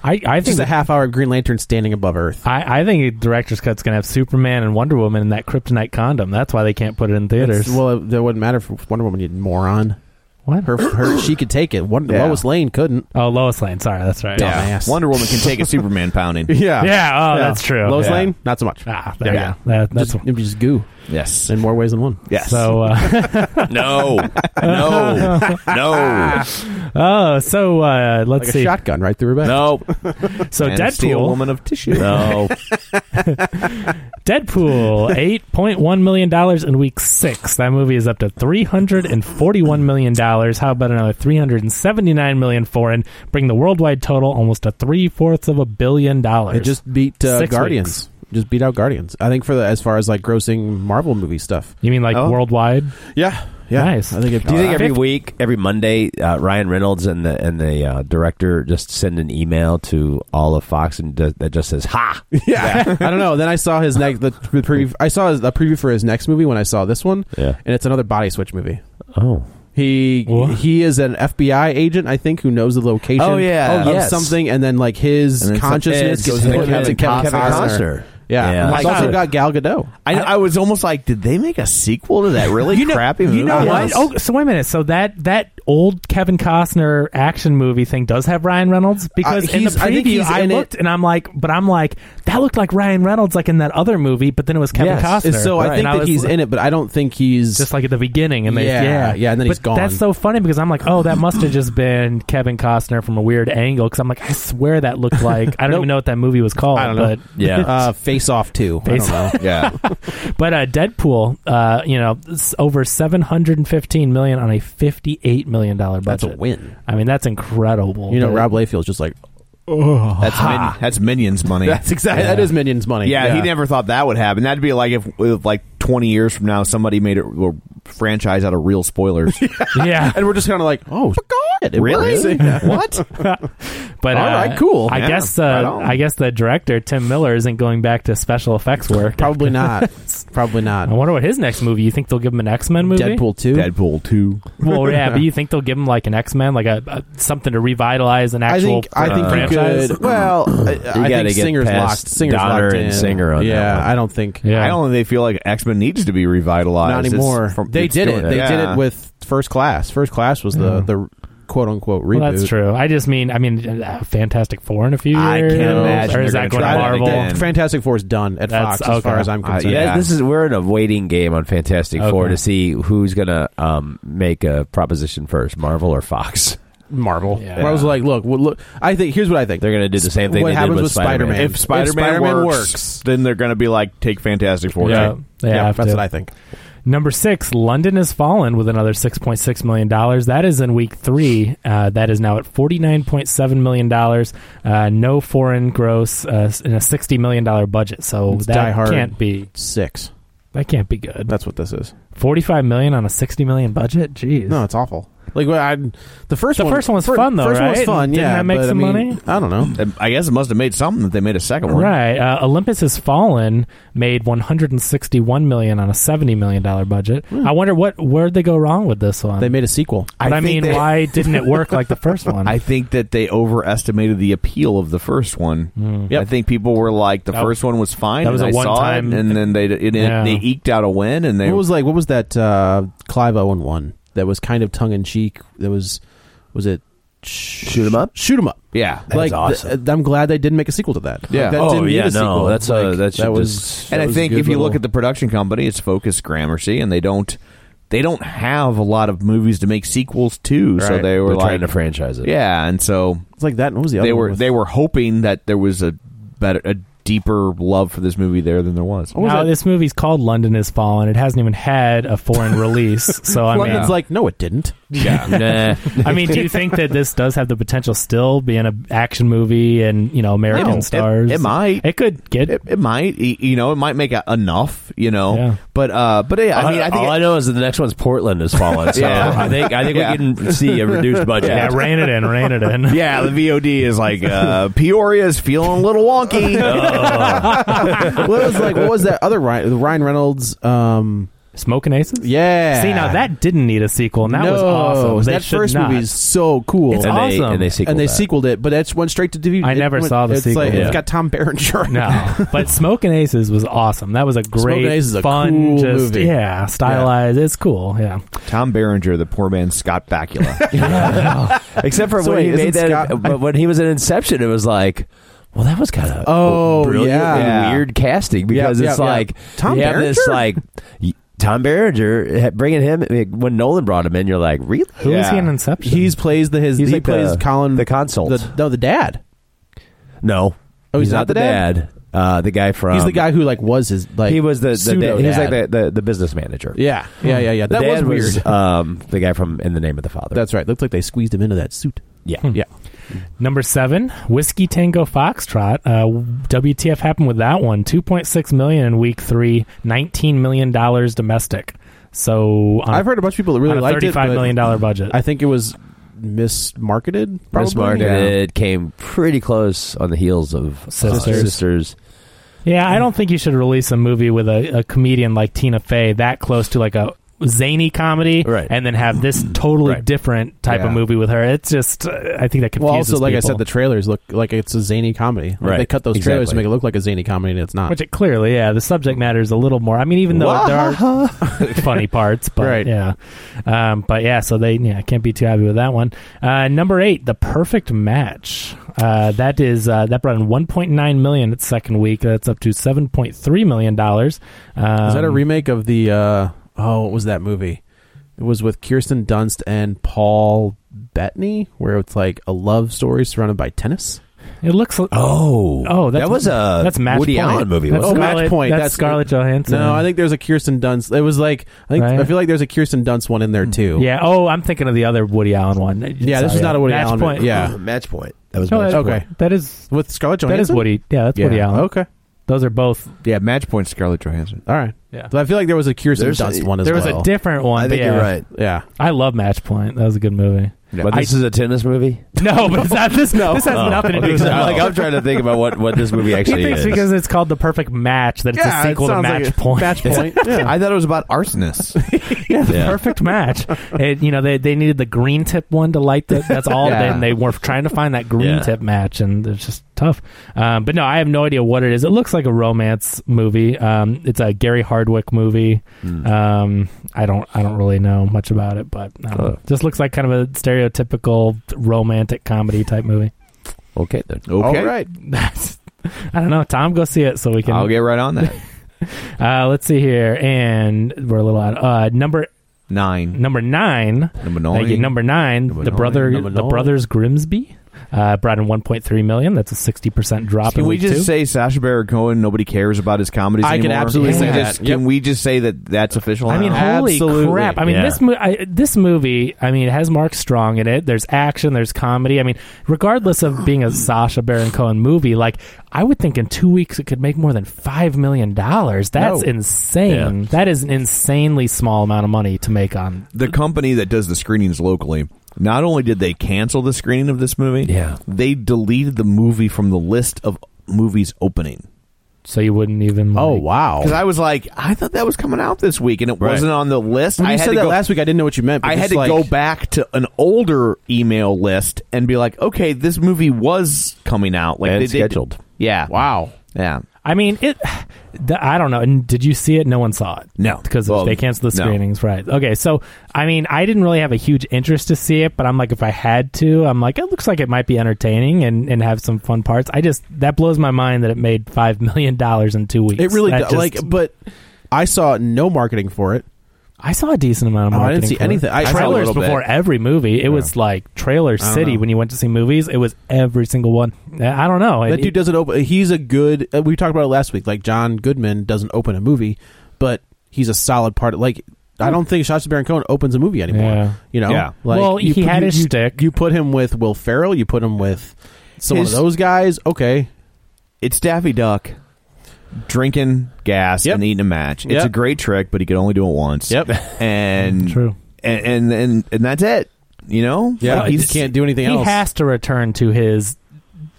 S3: I, I
S2: just
S3: think
S2: a half hour of Green Lantern standing above Earth.
S3: I, I think a director's cut's gonna have Superman and Wonder Woman in that kryptonite condom. That's why they can't put it in theaters.
S2: It's- well, it, that wouldn't matter for Wonder Woman. You moron.
S3: what?
S2: Her, her, she could take it. One,
S1: Yeah.
S2: Lois Lane couldn't.
S3: oh, Lois Lane. Sorry, that's right.
S2: Yeah.
S3: Yeah.
S2: Dumbass.
S1: Wonder Woman can take a Superman pounding.
S2: Yeah.
S3: Yeah, oh, that's true.
S2: Lois
S3: Yeah.
S2: Lane, not so much.
S3: Ah, there
S2: Yeah.
S3: you go. That- that's
S2: just, it'd be just goo
S1: Yes.
S2: in more ways than one.
S1: Yes.
S3: so. Uh,
S1: no. No. No.
S3: oh, so uh, let's
S2: Like a
S3: see.
S2: shotgun right through her back.
S1: No.
S3: So
S1: Man of Steel,
S3: Deadpool.
S1: woman of tissue.
S4: no,
S3: Deadpool, eight point one million dollars in week six. That movie is up to three hundred and forty-one million dollars. How about another three hundred and seventy-nine million foreign? Bring the worldwide total almost to three fourths of a billion dollars.
S2: It just beat uh,
S3: Six
S2: Guardians. Just beat out Guardians. I think for the as far as like grossing Marvel movie stuff.
S3: you mean like
S1: Oh.
S3: worldwide?
S2: Yeah, yeah.
S3: Nice.
S2: I think it,
S4: Do you think every
S3: Fif-
S4: week, every Monday, uh, Ryan Reynolds and the and the uh, director just send an email to all of Fox and does, that just says "Ha"?
S2: yeah. I don't know. Then I saw his next the, the preview. I saw his, the preview for his next movie when I saw this one.
S4: Yeah.
S2: and it's another body switch movie.
S4: Oh,
S2: He
S3: What?
S2: he is an FBI agent, I think, who knows the location.
S4: Oh, yeah.
S2: of
S4: Oh, yes.
S2: something, and then like his
S1: And then some-
S2: consciousness
S1: it
S2: goes
S1: goes
S2: into
S1: into
S2: Kevin,
S1: Kevin
S2: Kevin Costner.
S1: Costner.
S2: Yeah,
S4: Yeah.
S2: And it's
S1: Like,
S2: also
S1: uh,
S2: got Gal Gadot.
S1: I, I was almost like, did they make a sequel to that really crappy movie?
S3: You know
S2: Yes.
S3: what? Oh, so wait a minute. So that that old Kevin Costner action movie thing does have Ryan Reynolds because
S2: Uh,
S3: in the
S2: he's- I think
S3: preview
S2: he's
S3: I,
S2: in it-
S3: looked and I'm like, but I'm like, that looked like Ryan Reynolds like in that other movie, but then it was Kevin
S2: Yes.
S3: Costner.
S2: And So I
S3: And
S2: think that
S3: was
S2: he's
S3: like-
S2: in it, but I don't think he's
S3: just like at the beginning, and they
S2: Yeah,
S3: yeah,
S2: yeah, and then
S3: but
S2: he's gone.
S3: That's so funny because I'm like, oh, that must have just been Kevin Costner from a weird angle because I'm like, I swear that looked like I don't even know what that movie was called,
S2: I don't know.
S3: but
S4: yeah.
S2: uh, Face Off too. I don't
S3: Face-
S2: know.
S1: Yeah.
S3: But uh, Deadpool, uh, you know, s- over seven hundred and fifteen million on a fifty-eight million dollar budget.
S2: That's a win.
S3: I mean, that's incredible.
S2: You know,
S3: But-
S2: Rob Layfield's just like
S1: That's, min- that's Minions money.
S2: that's exactly that is Minions money.
S1: Yeah, he never thought that would happen. That'd be like if, if like twenty years from now, somebody made a, a franchise out of real spoilers.
S3: yeah.
S2: And we're just kind of like, oh, God, it
S1: Really?
S2: works.
S1: what?
S3: But
S2: All
S3: uh,
S2: right, cool.
S3: I
S1: Yeah,
S3: guess
S1: right
S3: uh,
S1: on.
S3: I guess the director Tim Miller isn't going back to special effects work.
S2: Probably not.
S3: Yes.
S2: Probably not.
S3: I wonder what his next movie. You think they'll give him an X Men movie?
S2: Deadpool two.
S1: Deadpool two.
S3: Well, yeah, but you think they'll give him like an X Men, like a, a something to revitalize an
S2: I
S3: actual
S2: think I think you
S3: franchise?
S2: could. Well, I, I
S4: gotta
S2: think
S4: get
S2: Singer's
S4: past
S2: locked. Singer's
S4: Donner
S2: locked
S4: and
S2: in.
S4: Singer on that
S2: yeah,
S4: one.
S2: I don't think
S3: Yeah.
S1: I don't think feel like X Men needs to be revitalized.
S2: not
S1: It's
S2: anymore.
S1: from-
S2: they
S1: it's
S2: did
S1: doing
S2: it. They did
S1: Yeah.
S2: it with First Class. First Class was the
S4: Hmm.
S3: Yeah.
S2: the quote unquote reboot.
S3: Well, that's true. I just mean, I mean, uh, Fantastic Four in a few
S1: I
S3: years.
S1: can't imagine
S3: Or
S1: they're
S3: is
S1: gonna
S3: that going
S1: try
S3: to
S1: that
S3: Marvel?
S1: again.
S2: Fantastic Four is done at
S3: That's-
S2: Fox as far
S3: okay.
S2: as I'm
S1: Uh,
S2: concerned.
S1: yeah.
S4: Yeah, this is we're in a waiting game on Fantastic Four
S3: Okay.
S4: to see who's gonna um, make a proposition first, Marvel or Fox.
S2: Marvel.
S3: Yeah.
S2: Where I was like, look, well, look. I think here's what I think.
S4: They're gonna do the same thing
S2: What
S4: they did
S2: happens
S4: with
S2: with Spider-Man.
S4: Spider-Man.
S1: If
S2: If
S1: Spider Man
S2: Spider-Man
S1: works,
S2: works-
S1: then they're going to be like, take Fantastic Four.
S3: Yeah,
S1: right?
S3: they
S2: yeah,
S3: have
S2: that's
S3: to.
S2: what I think.
S3: Number six, London has fallen with another six point six million dollars. That is in week three. Uh, that is now at forty nine point seven million dollars. Uh, no foreign gross uh, in a sixty million dollar budget. So
S2: It's
S3: that
S2: Die Hard.
S3: can't be
S2: Six.
S3: that can't be good.
S2: That's what this is.
S3: Forty five million on a sixty million budget. Jeez.
S2: No, it's awful. Like well, I, the first
S3: The
S2: one,
S3: first one was fun, though,
S2: First one was
S3: right?
S2: fun.
S3: Didn't
S2: yeah,
S3: that make
S2: but,
S3: some
S2: I mean,
S3: money?
S2: I don't know.
S1: I guess it must have made something that they made a second one.
S3: Right. Uh, Olympus Has Fallen made 161 million on a 70 million dollar budget. I wonder what where'd they go wrong with this one?
S2: They made a sequel.
S3: but I,
S1: think
S3: mean,
S1: they-
S3: why didn't it work like the first one?
S1: I think that they overestimated the appeal of the first one. I think people were like, the
S3: That-
S1: first one was fine.
S3: that was
S1: and
S3: a
S1: I saw
S3: one-time-
S1: it, and then they it,
S3: Yeah.
S1: they eked out a win, and they
S2: What was like? What was that? Uh, Clive Owen one that was kind of tongue in cheek. That was, was it? Shoot
S1: 'em up?
S2: Shoot 'em up.
S1: yeah.
S2: like
S4: awesome.
S2: th- I'm glad they didn't make a sequel to that.
S1: Yeah.
S2: Like, that
S4: Oh,
S2: didn't need
S4: yeah,
S2: a sequel.
S4: no, that's, uh,
S2: Like,
S4: that should
S2: that was.
S4: just-
S2: that
S1: and I
S2: was
S1: think
S2: good
S1: if you
S2: little-
S1: look at the production company, it's Focus Gramercy, and they don't they don't have a lot of movies to make sequels to. So
S2: Right.
S1: they were
S4: They're
S1: like,
S4: trying to franchise it.
S1: yeah, and so
S2: it's like that. What was the other?
S1: they
S2: one
S1: were
S2: with-
S1: they were hoping that there was a better a deeper love for this movie there than there was.
S2: was
S3: now
S2: that?
S3: this movie's called London Has Fallen. It hasn't even had a foreign release, so I mean,
S2: London's like no, it didn't.
S4: Nah.
S3: I mean, do you think that this does have the potential still being an action movie and you know American
S1: No, it-
S3: stars?
S1: it might.
S3: It could get.
S1: It, it might, y- you know, it might make a, enough, you know,
S3: Yeah.
S1: but uh, but yeah, I mean, I think
S4: all I know is that the next one's Portland is falling. So
S1: Yeah.
S4: I think I think
S1: Yeah.
S4: we can see a reduced budget.
S3: yeah, rein it in, rein it in.
S1: yeah, the VOD is like uh, Peoria is feeling a little wonky.
S2: well, it was like what was that other Ryan, the Ryan Reynolds? Um,
S3: Smoking Aces.
S2: yeah.
S3: See, now that didn't need a sequel, and that
S2: no,
S3: was awesome. They
S2: That
S3: should
S2: first
S3: not.
S2: movie is so cool.
S3: It's
S4: and they
S3: awesome.
S4: and they sequeled
S2: and they
S4: that.
S2: sequeled it, but it's went straight to DVD.
S3: I
S2: It
S3: never
S2: went-
S3: saw the
S2: it's
S3: sequel.
S2: Like,
S4: Yeah.
S2: It's got Tom Berenger.
S3: No, but Smoke and Aces was awesome. That was a great,
S2: and Aces is a
S3: fun,
S2: cool
S3: just
S2: movie.
S3: yeah, stylized. It's cool. Yeah,
S1: Tom Berenger, the poor man Scott Bakula.
S4: Except for
S2: So
S4: when
S2: wait,
S4: he made
S2: isn't
S4: that,
S2: Scott-
S4: but when he was in Inception, it was like, well, that was kind of
S2: Oh,
S4: brilliant
S2: yeah.
S4: and weird casting because
S2: Yeah,
S4: it's
S2: yeah, yeah.
S4: like
S2: Tom
S4: you have this
S2: Berenger?
S4: like y- Tom Berenger ha- bringing him I mean, when Nolan brought him in. You're like, really?
S3: who was
S1: Yeah.
S3: he in Inception?
S2: He's plays the his
S4: He's
S2: he
S4: like
S2: plays
S4: the-
S2: Colin
S4: the consult.
S2: the- no the dad
S4: No,
S2: Oh, he's not the dad?
S4: Uh, the guy from
S2: he's the guy who like was his like
S4: he was the, the
S2: pseudo
S4: he was like
S2: dad.
S4: the, the, the business manager.
S2: yeah yeah yeah yeah
S4: The
S2: that was
S4: dad
S2: weird
S4: um, the guy from In the Name of the Father.
S2: that's right looked like they squeezed him into that suit
S4: yeah.
S2: yeah
S3: Number seven, Whiskey Tango Foxtrot. Uh, WTF happened with that one? Two point six million in week three, nineteen million dollars domestic. So on,
S2: I've heard a bunch of people that
S3: on
S2: really
S3: a
S2: liked it
S3: thirty-five
S2: but
S3: million dollar budget.
S2: I think it was mismarketed probably
S4: Mismarketed came pretty close on the heels of uh,
S3: Sisters.
S4: sisters.
S3: yeah, I don't think you should release a movie with a, a comedian like Tina Fey that close to like a zany comedy,
S4: Right.
S3: and then have this totally
S4: Right.
S3: different type of
S1: Yeah.
S3: movie with her. It's just, uh, I think that confuses
S2: well also like I
S3: people.
S2: said the trailers look like it's a zany comedy Like,
S4: Right.
S2: they cut those trailers to
S4: Exactly.
S2: make it look like a zany comedy and it's not
S3: Which it clearly, yeah, the subject matter is a little more. I mean, even though there are funny parts, but
S2: Right.
S3: yeah, um, but yeah, so they yeah can't be too happy with that one. Uh, number eight, the perfect match. Uh, that is uh, that brought in 1.9 million its second week. That's up to 7.3 million dollars. Um,
S2: is that a remake of the uh oh what was that movie it was with Kirsten Dunst and Paul Bettany where it's like a love story surrounded by tennis
S3: It looks. Oh,
S4: Oh,
S3: that's,
S4: that was a
S3: that's match
S4: Woody
S3: point.
S4: Allen movie.
S3: That's
S4: wasn't it?
S3: Oh, Scarlett,
S2: Match Point,
S3: That's,
S2: that's-
S3: Scarlett Johansson.
S2: No, I think there's a Kirsten Dunst. It was like I think
S3: Right.
S2: I feel like there's a Kirsten Dunst one in
S1: Hmm.
S2: there too.
S3: Yeah. Oh, I'm thinking of the other Woody Allen one.
S2: yeah. This
S3: Sorry,
S2: is not a Woody
S3: match
S2: Allen.
S3: Point.
S2: Yeah,
S4: Match Point. That was
S3: No,
S4: Match
S3: that-
S4: Point.
S2: Okay.
S3: That is
S2: with Scarlett Johansson.
S3: that is Woody. Yeah, that's
S2: Yeah.
S3: Woody Allen.
S2: Okay,
S3: Those are both.
S1: yeah, match point Scarlett Johansson.
S2: all right.
S3: Yeah.
S2: So I feel like there was a Kirsten
S4: There's a-
S2: Dunst one as
S3: There was
S2: well.
S3: a different one. but yeah.
S2: Yeah,
S3: I love Match Point. That was a good movie.
S4: But this is a tennis movie.
S3: No, but it's not this. no, this has
S4: Oh,
S3: nothing to do with
S4: because I'm
S3: that.
S4: Like I'm trying to think about what, what this movie
S3: He
S4: actually
S3: thinks
S4: is.
S3: because it's called the perfect match that it's
S1: Yeah,
S3: a
S1: it
S3: sequel to
S1: sounds
S3: Match
S1: like a-
S3: Point.
S2: Match point. yeah.
S1: I thought it was about arsonists.
S3: yeah, the
S4: Yeah.
S3: perfect match. It, you know, they, they needed the green tip one to light the. That's all.
S2: Yeah.
S3: And they were trying to find that green
S4: Yeah.
S3: tip match, and it's just tough. Um, but no, I have no idea what it is. It looks like a romance movie. Um, it's a Gary Hardwick movie. Um, I don't I don't really know much about it, but I don't know.
S4: Oh.
S3: just looks like kind of a stereotypical romantic comedy type movie.
S4: okay, then.
S1: Okay,
S2: All right.
S3: That's. I don't know, Tom. Go see it so we can.
S1: I'll get right on that.
S3: uh, let's see here, and we're a little out. Uh, number
S1: Nine,
S3: number nine.
S1: number
S3: Thank you.
S1: nine,
S3: Number nine,
S1: Number
S3: the
S1: nine.
S3: brother,
S1: Number
S3: the
S1: nine.
S3: brothers Grimsby, uh, brought in 1.3 million. That's a 60 percent drop.
S1: Can
S3: in
S1: we
S3: week
S1: just
S3: two.
S1: say Sasha Baron Cohen? Nobody cares about his comedies.
S2: I can
S1: anymore?
S2: absolutely
S1: Can
S3: say
S1: we
S2: that.
S1: just-
S2: Yep.
S1: Can we just say that that's official?
S3: I mean,
S1: now?
S3: holy
S2: Absolutely.
S3: crap! I mean,
S4: Yeah.
S3: this mo- I, this movie. I mean, it has Mark Strong in it. There's action. There's comedy. I mean, regardless of being a Sasha Baron Cohen movie, like I would think in two weeks it could make more than five million dollars. That's
S2: No.
S3: insane. That is an insanely small amount of money to make on.
S1: the company that does the screenings locally. Not only did they cancel the screening of this movie,
S4: Yeah.
S1: they deleted the movie from the list of movies opening.
S3: So you wouldn't even. Like,
S2: Oh wow.
S1: Because I was like, I thought that was coming out this week, and it
S4: Right.
S1: wasn't on the list.
S2: When
S1: I
S2: you
S1: had
S2: said
S1: to
S2: that
S1: go-
S2: last week, I didn't know what you meant. but
S1: I had
S2: just
S1: to
S2: like-
S1: go back to an older email list and be like, okay, this movie was coming out, like
S4: And
S1: they did-
S4: scheduled.
S1: Yeah,
S2: Wow.
S1: yeah.
S3: I mean, it. The, I don't know. And Did you see it? No one saw it.
S1: No.
S3: because
S1: Well,
S3: they canceled the
S1: no.
S3: screenings. Right. Okay. So I mean, I didn't really have a huge interest to see it, but I'm like, if I had to, I'm like, it looks like it might be entertaining and and have some fun parts. I just that blows my mind that it made five million dollars in two weeks.
S2: It really
S3: That
S2: does.
S3: just-
S2: Like, but I saw no marketing for it.
S3: I saw a decent amount of
S2: Oh, I
S3: marketing.
S2: didn't see
S3: for it.
S2: anything. I- I saw a
S3: trailers
S2: little bit.
S3: before every movie. It was like Trailer City
S2: know.
S3: when you went to see movies. It was every single one. I don't know.
S2: That
S3: It-
S2: dude doesn't open. He's a good. Uh, we talked about it last week. Like John Goodman doesn't open a movie, but he's a solid part. Of, like I don't think Sacha Baron Cohen opens a movie anymore.
S3: Yeah.
S2: You know.
S1: Yeah.
S2: Like,
S3: Well,
S2: you
S3: he
S2: put-
S3: had
S2: you,
S3: his
S2: you-
S3: shtick.
S2: You put him with Will Ferrell. You put him with some
S1: His-
S2: of those guys. Okay.
S1: It's Daffy Duck drinking gas
S2: Yep.
S1: and eating a match. It's
S2: Yep.
S1: a great trick, but he could only do it once.
S2: Yep.
S1: and
S3: True.
S1: and and and, and that's it. You know,
S2: Yeah.
S1: Like,
S2: he
S1: he's-
S2: can't do anything
S3: he
S2: else.
S3: has to return to his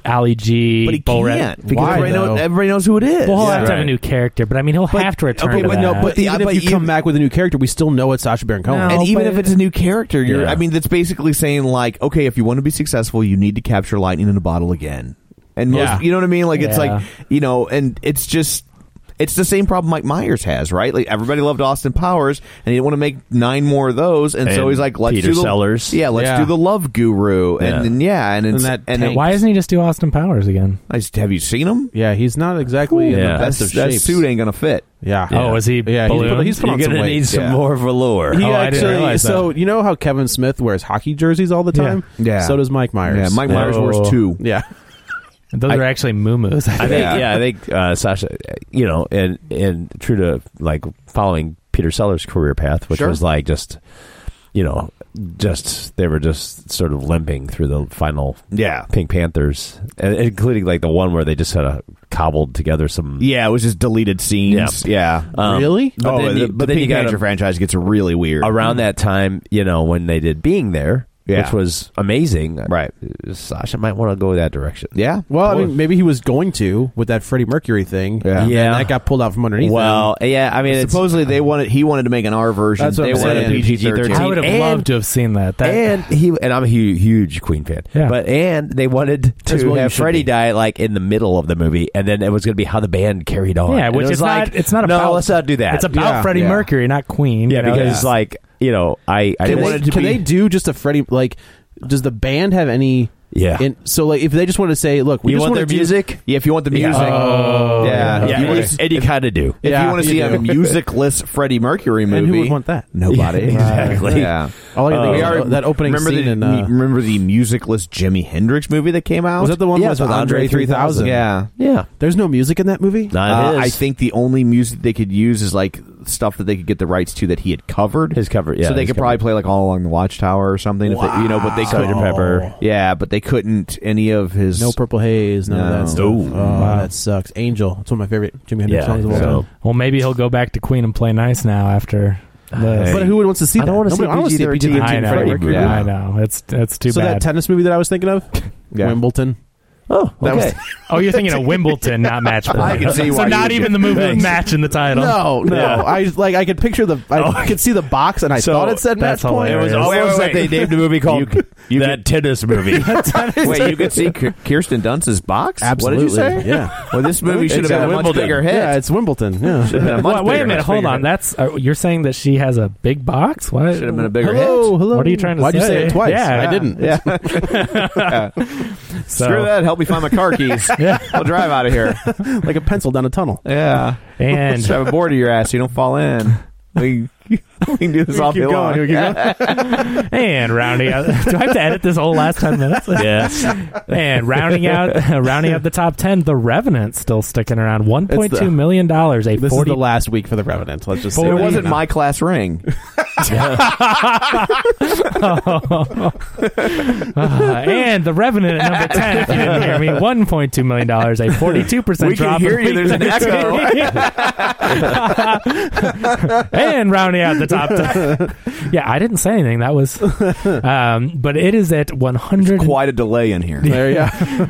S3: Ali G.
S1: but he
S3: Borat-
S1: can't because
S2: Why,
S1: everybody, know,
S2: though?
S1: everybody knows who it is.
S3: Well, he'll have to have a
S4: Right.
S3: new character, but I mean, he'll
S1: But-
S3: have to return
S1: okay,
S3: to
S1: but
S3: that.
S1: no,
S2: But
S1: Yeah,
S2: even
S1: but
S2: if you come
S1: even-
S2: back with a new character, we still know it's Sacha Baron Cohen.
S3: No.
S1: and even
S3: but-
S1: if it's a new character, you're,
S4: Yeah.
S1: I mean, that's basically saying like, okay, if you want to be successful, you need to capture lightning in a bottle again. And most,
S2: Yeah.
S1: you know what I mean? Like it's
S3: Yeah.
S1: like you know, and it's just it's the same problem Mike Myers has, right? Like everybody loved Austin Powers, and he didn't want to make nine more of those, and, so
S4: And
S1: he's like, let's
S4: Peter
S1: do the
S4: Sellers.
S1: yeah, let's
S2: Yeah.
S1: do the Love Guru, and
S4: Yeah.
S1: then yeah, and it's,
S2: And that
S1: and
S2: tank-
S3: Why doesn't he just do Austin Powers again?
S1: I just- have you seen him?
S2: Yeah, he's not exactly in
S4: Yeah.
S2: the best
S1: That's-
S2: of
S1: that
S2: shapes.
S1: suit ain't gonna fit.
S2: Yeah.
S3: Oh, is he
S2: Yeah, he's
S3: balloon?
S2: put- he's put
S4: You're
S2: on some
S4: gonna
S2: weight.
S4: need some
S1: yeah.
S4: more velour.
S2: He
S3: Oh, I didn't
S2: actually.
S3: realize
S2: So you know how Kevin Smith wears hockey jerseys all the time.
S1: Yeah. Yeah.
S2: So does Mike Myers.
S1: Yeah, Mike Myers wears
S4: Oh.
S1: two.
S2: Yeah.
S3: Those are actually muumuus.
S4: I think,
S1: Yeah.
S4: yeah. I think uh, Sasha, you know, and and true to like following Peter Sellers' career path, which
S1: Sure.
S4: was like just, you know, just they were just sort of limping through the final
S1: Yeah,
S4: Pink Panthers, and, including like the one where they just kind of cobbled together some.
S1: yeah, it was just deleted scenes. Yeah,
S4: um,
S2: Really?
S4: But
S1: oh,
S4: then you,
S1: the,
S4: but
S1: the
S4: then you
S1: Pink
S4: got
S1: Panther
S4: a-
S1: franchise gets really weird
S4: around that time, you know, when they did Being There,
S1: Yeah.
S4: which was amazing.
S1: Right.
S4: Sasha might want to go that direction.
S1: Yeah.
S2: Well, I mean, maybe he was going to with that Freddie Mercury thing.
S1: Yeah.
S2: And
S4: Yeah.
S2: that got pulled out from underneath.
S4: Well, yeah, I mean, it's, uh,
S1: supposedly they wanted he wanted to make an R version.
S2: That's what
S1: they
S2: I'm
S1: wanted
S2: saying.
S1: a PG-13.
S3: I would have
S4: And-
S3: loved to have seen that. That-
S4: and he and I'm a hu- huge Queen fan.
S3: Yeah.
S4: But and they wanted
S2: As
S4: to
S2: well you
S4: have
S2: should
S4: Freddie
S2: be.
S4: die like in the middle of the movie, and then it was going to be how the band carried on.
S3: yeah,
S4: And
S3: which
S4: it was
S3: is
S4: like,
S3: not. It's not
S4: no,
S3: about.
S4: let's not do that.
S3: It's about
S2: Yeah.
S3: Freddie
S2: Yeah.
S3: Mercury, not Queen.
S4: yeah,
S3: you know?
S4: because
S3: Yeah.
S4: like you know, I I
S2: Can,
S4: just-
S2: they, can they do just a Freddie like? Does the band have any?
S4: Yeah.
S2: in- so like, if they just want to say, look, we
S4: you
S2: just
S4: want
S2: wanna
S4: their
S2: do-
S4: music?
S1: yeah, if you want the music,
S3: Oh,
S1: yeah,
S4: yeah,
S1: If you,
S4: and-
S1: wanna-
S4: and you kind of do.
S1: if
S2: Yeah,
S1: you want to
S2: you
S1: see
S2: do.
S1: a musicless Freddie Mercury movie,
S2: And who would want that?
S1: Nobody.
S4: exactly.
S1: Yeah.
S2: All I can
S4: Oh.
S2: think
S1: We
S2: of is
S1: already-
S2: that opening
S1: remember
S2: scene
S1: The,
S2: in, uh,
S1: remember the musicless Jimi Hendrix movie that came out?
S2: Was that the one
S1: yeah,
S2: with
S1: it's with
S2: Andre 3000?
S1: Yeah.
S4: Yeah,
S2: There's no music in that movie.
S4: not
S1: Uh,
S4: his.
S1: I think the only music they could use is like stuff that they could get the rights to that he had covered.
S4: His cover, yeah,
S1: So they
S4: his
S1: could
S4: cover.
S1: probably play like All Along the Watchtower or something. If they, you know, but they
S4: Sgt.
S1: couldn't.
S4: Pepper.
S1: Yeah, but they couldn't any of his.
S2: No purple haze. None of
S1: No.
S2: that stuff.
S4: Ooh.
S2: Oh, that sucks. Angel. It's one of my favorite Jimi Hendrix
S4: Yeah,
S2: songs of all
S4: so-
S2: time.
S3: Well, maybe he'll go back to Queen and play nice now after list.
S2: But who would wants to see
S4: I don't
S2: want
S4: wanna
S2: to
S4: see PG-13
S2: PG-13
S3: I know.
S4: Freddie Mercury.
S3: Yeah, I know. It's that's too
S2: So that
S3: bad.
S2: tennis movie that I was thinking of,
S1: Yeah.
S2: Wimbledon.
S4: Oh,
S2: That was-
S4: okay.
S3: oh, you're thinking of Wimbledon, not match play.
S1: I can see
S3: so
S1: why you
S3: not
S1: would
S3: even
S1: get-
S3: the movie with match in the title.
S2: No, no.
S3: Yeah.
S2: I like I could picture the I, I could see the box and I
S4: So,
S2: thought it said match
S3: that's
S2: point.
S4: It was
S3: Wait,
S4: almost
S1: wait,
S4: like
S1: wait.
S4: they named a movie called
S1: You- you
S4: That Tennis Movie.
S1: Wait, you could see K- Kirsten Dunst's box?
S2: Absolutely.
S1: What did you say?
S2: Yeah.
S1: Well, this movie should have
S2: It's at
S1: been a much
S2: Wimbledon.
S1: bigger hit.
S2: Yeah, it's Wimbledon. Yeah.
S1: Should have been much
S3: Well, wait a
S1: bigger-
S3: minute.
S1: much
S3: Hold
S1: bigger
S3: on.
S1: hit.
S3: That's uh, you're saying that she has a big box. What?
S1: should have been a bigger hit.
S2: hello.
S3: What are you trying to
S2: Why'd you
S3: say?
S2: say it twice?
S3: Yeah.
S2: I didn't.
S1: Yeah.
S3: So-
S1: Screw that. Help me find my car keys. I'll drive out of here.
S2: like a pencil down a tunnel.
S1: Yeah.
S3: And
S1: Just have a board to your ass so you don't fall in. We, we can do this all day
S2: keep
S1: long.
S2: going. Keep going.
S3: And rounding out, do I have to edit this whole last ten minutes? yes. And rounding out, rounding out the top ten, The Revenant still sticking around. One point two
S2: the-
S3: million dollars. A
S2: This
S3: forty.
S2: is the last week for the Revenant. Let's just say
S1: It
S3: Forty-
S1: wasn't my class ring.
S3: Uh, and The Revenant at number ten. If you didn't hear me, one point two million dollars. A forty-two percent
S1: We can
S3: drop. in
S1: hear you.
S3: week
S1: There's an
S3: 13. and rounding out the top ten. yeah, I didn't say anything. That was, um, but it is at one hundred.
S1: Quite a delay in here.
S2: there you go.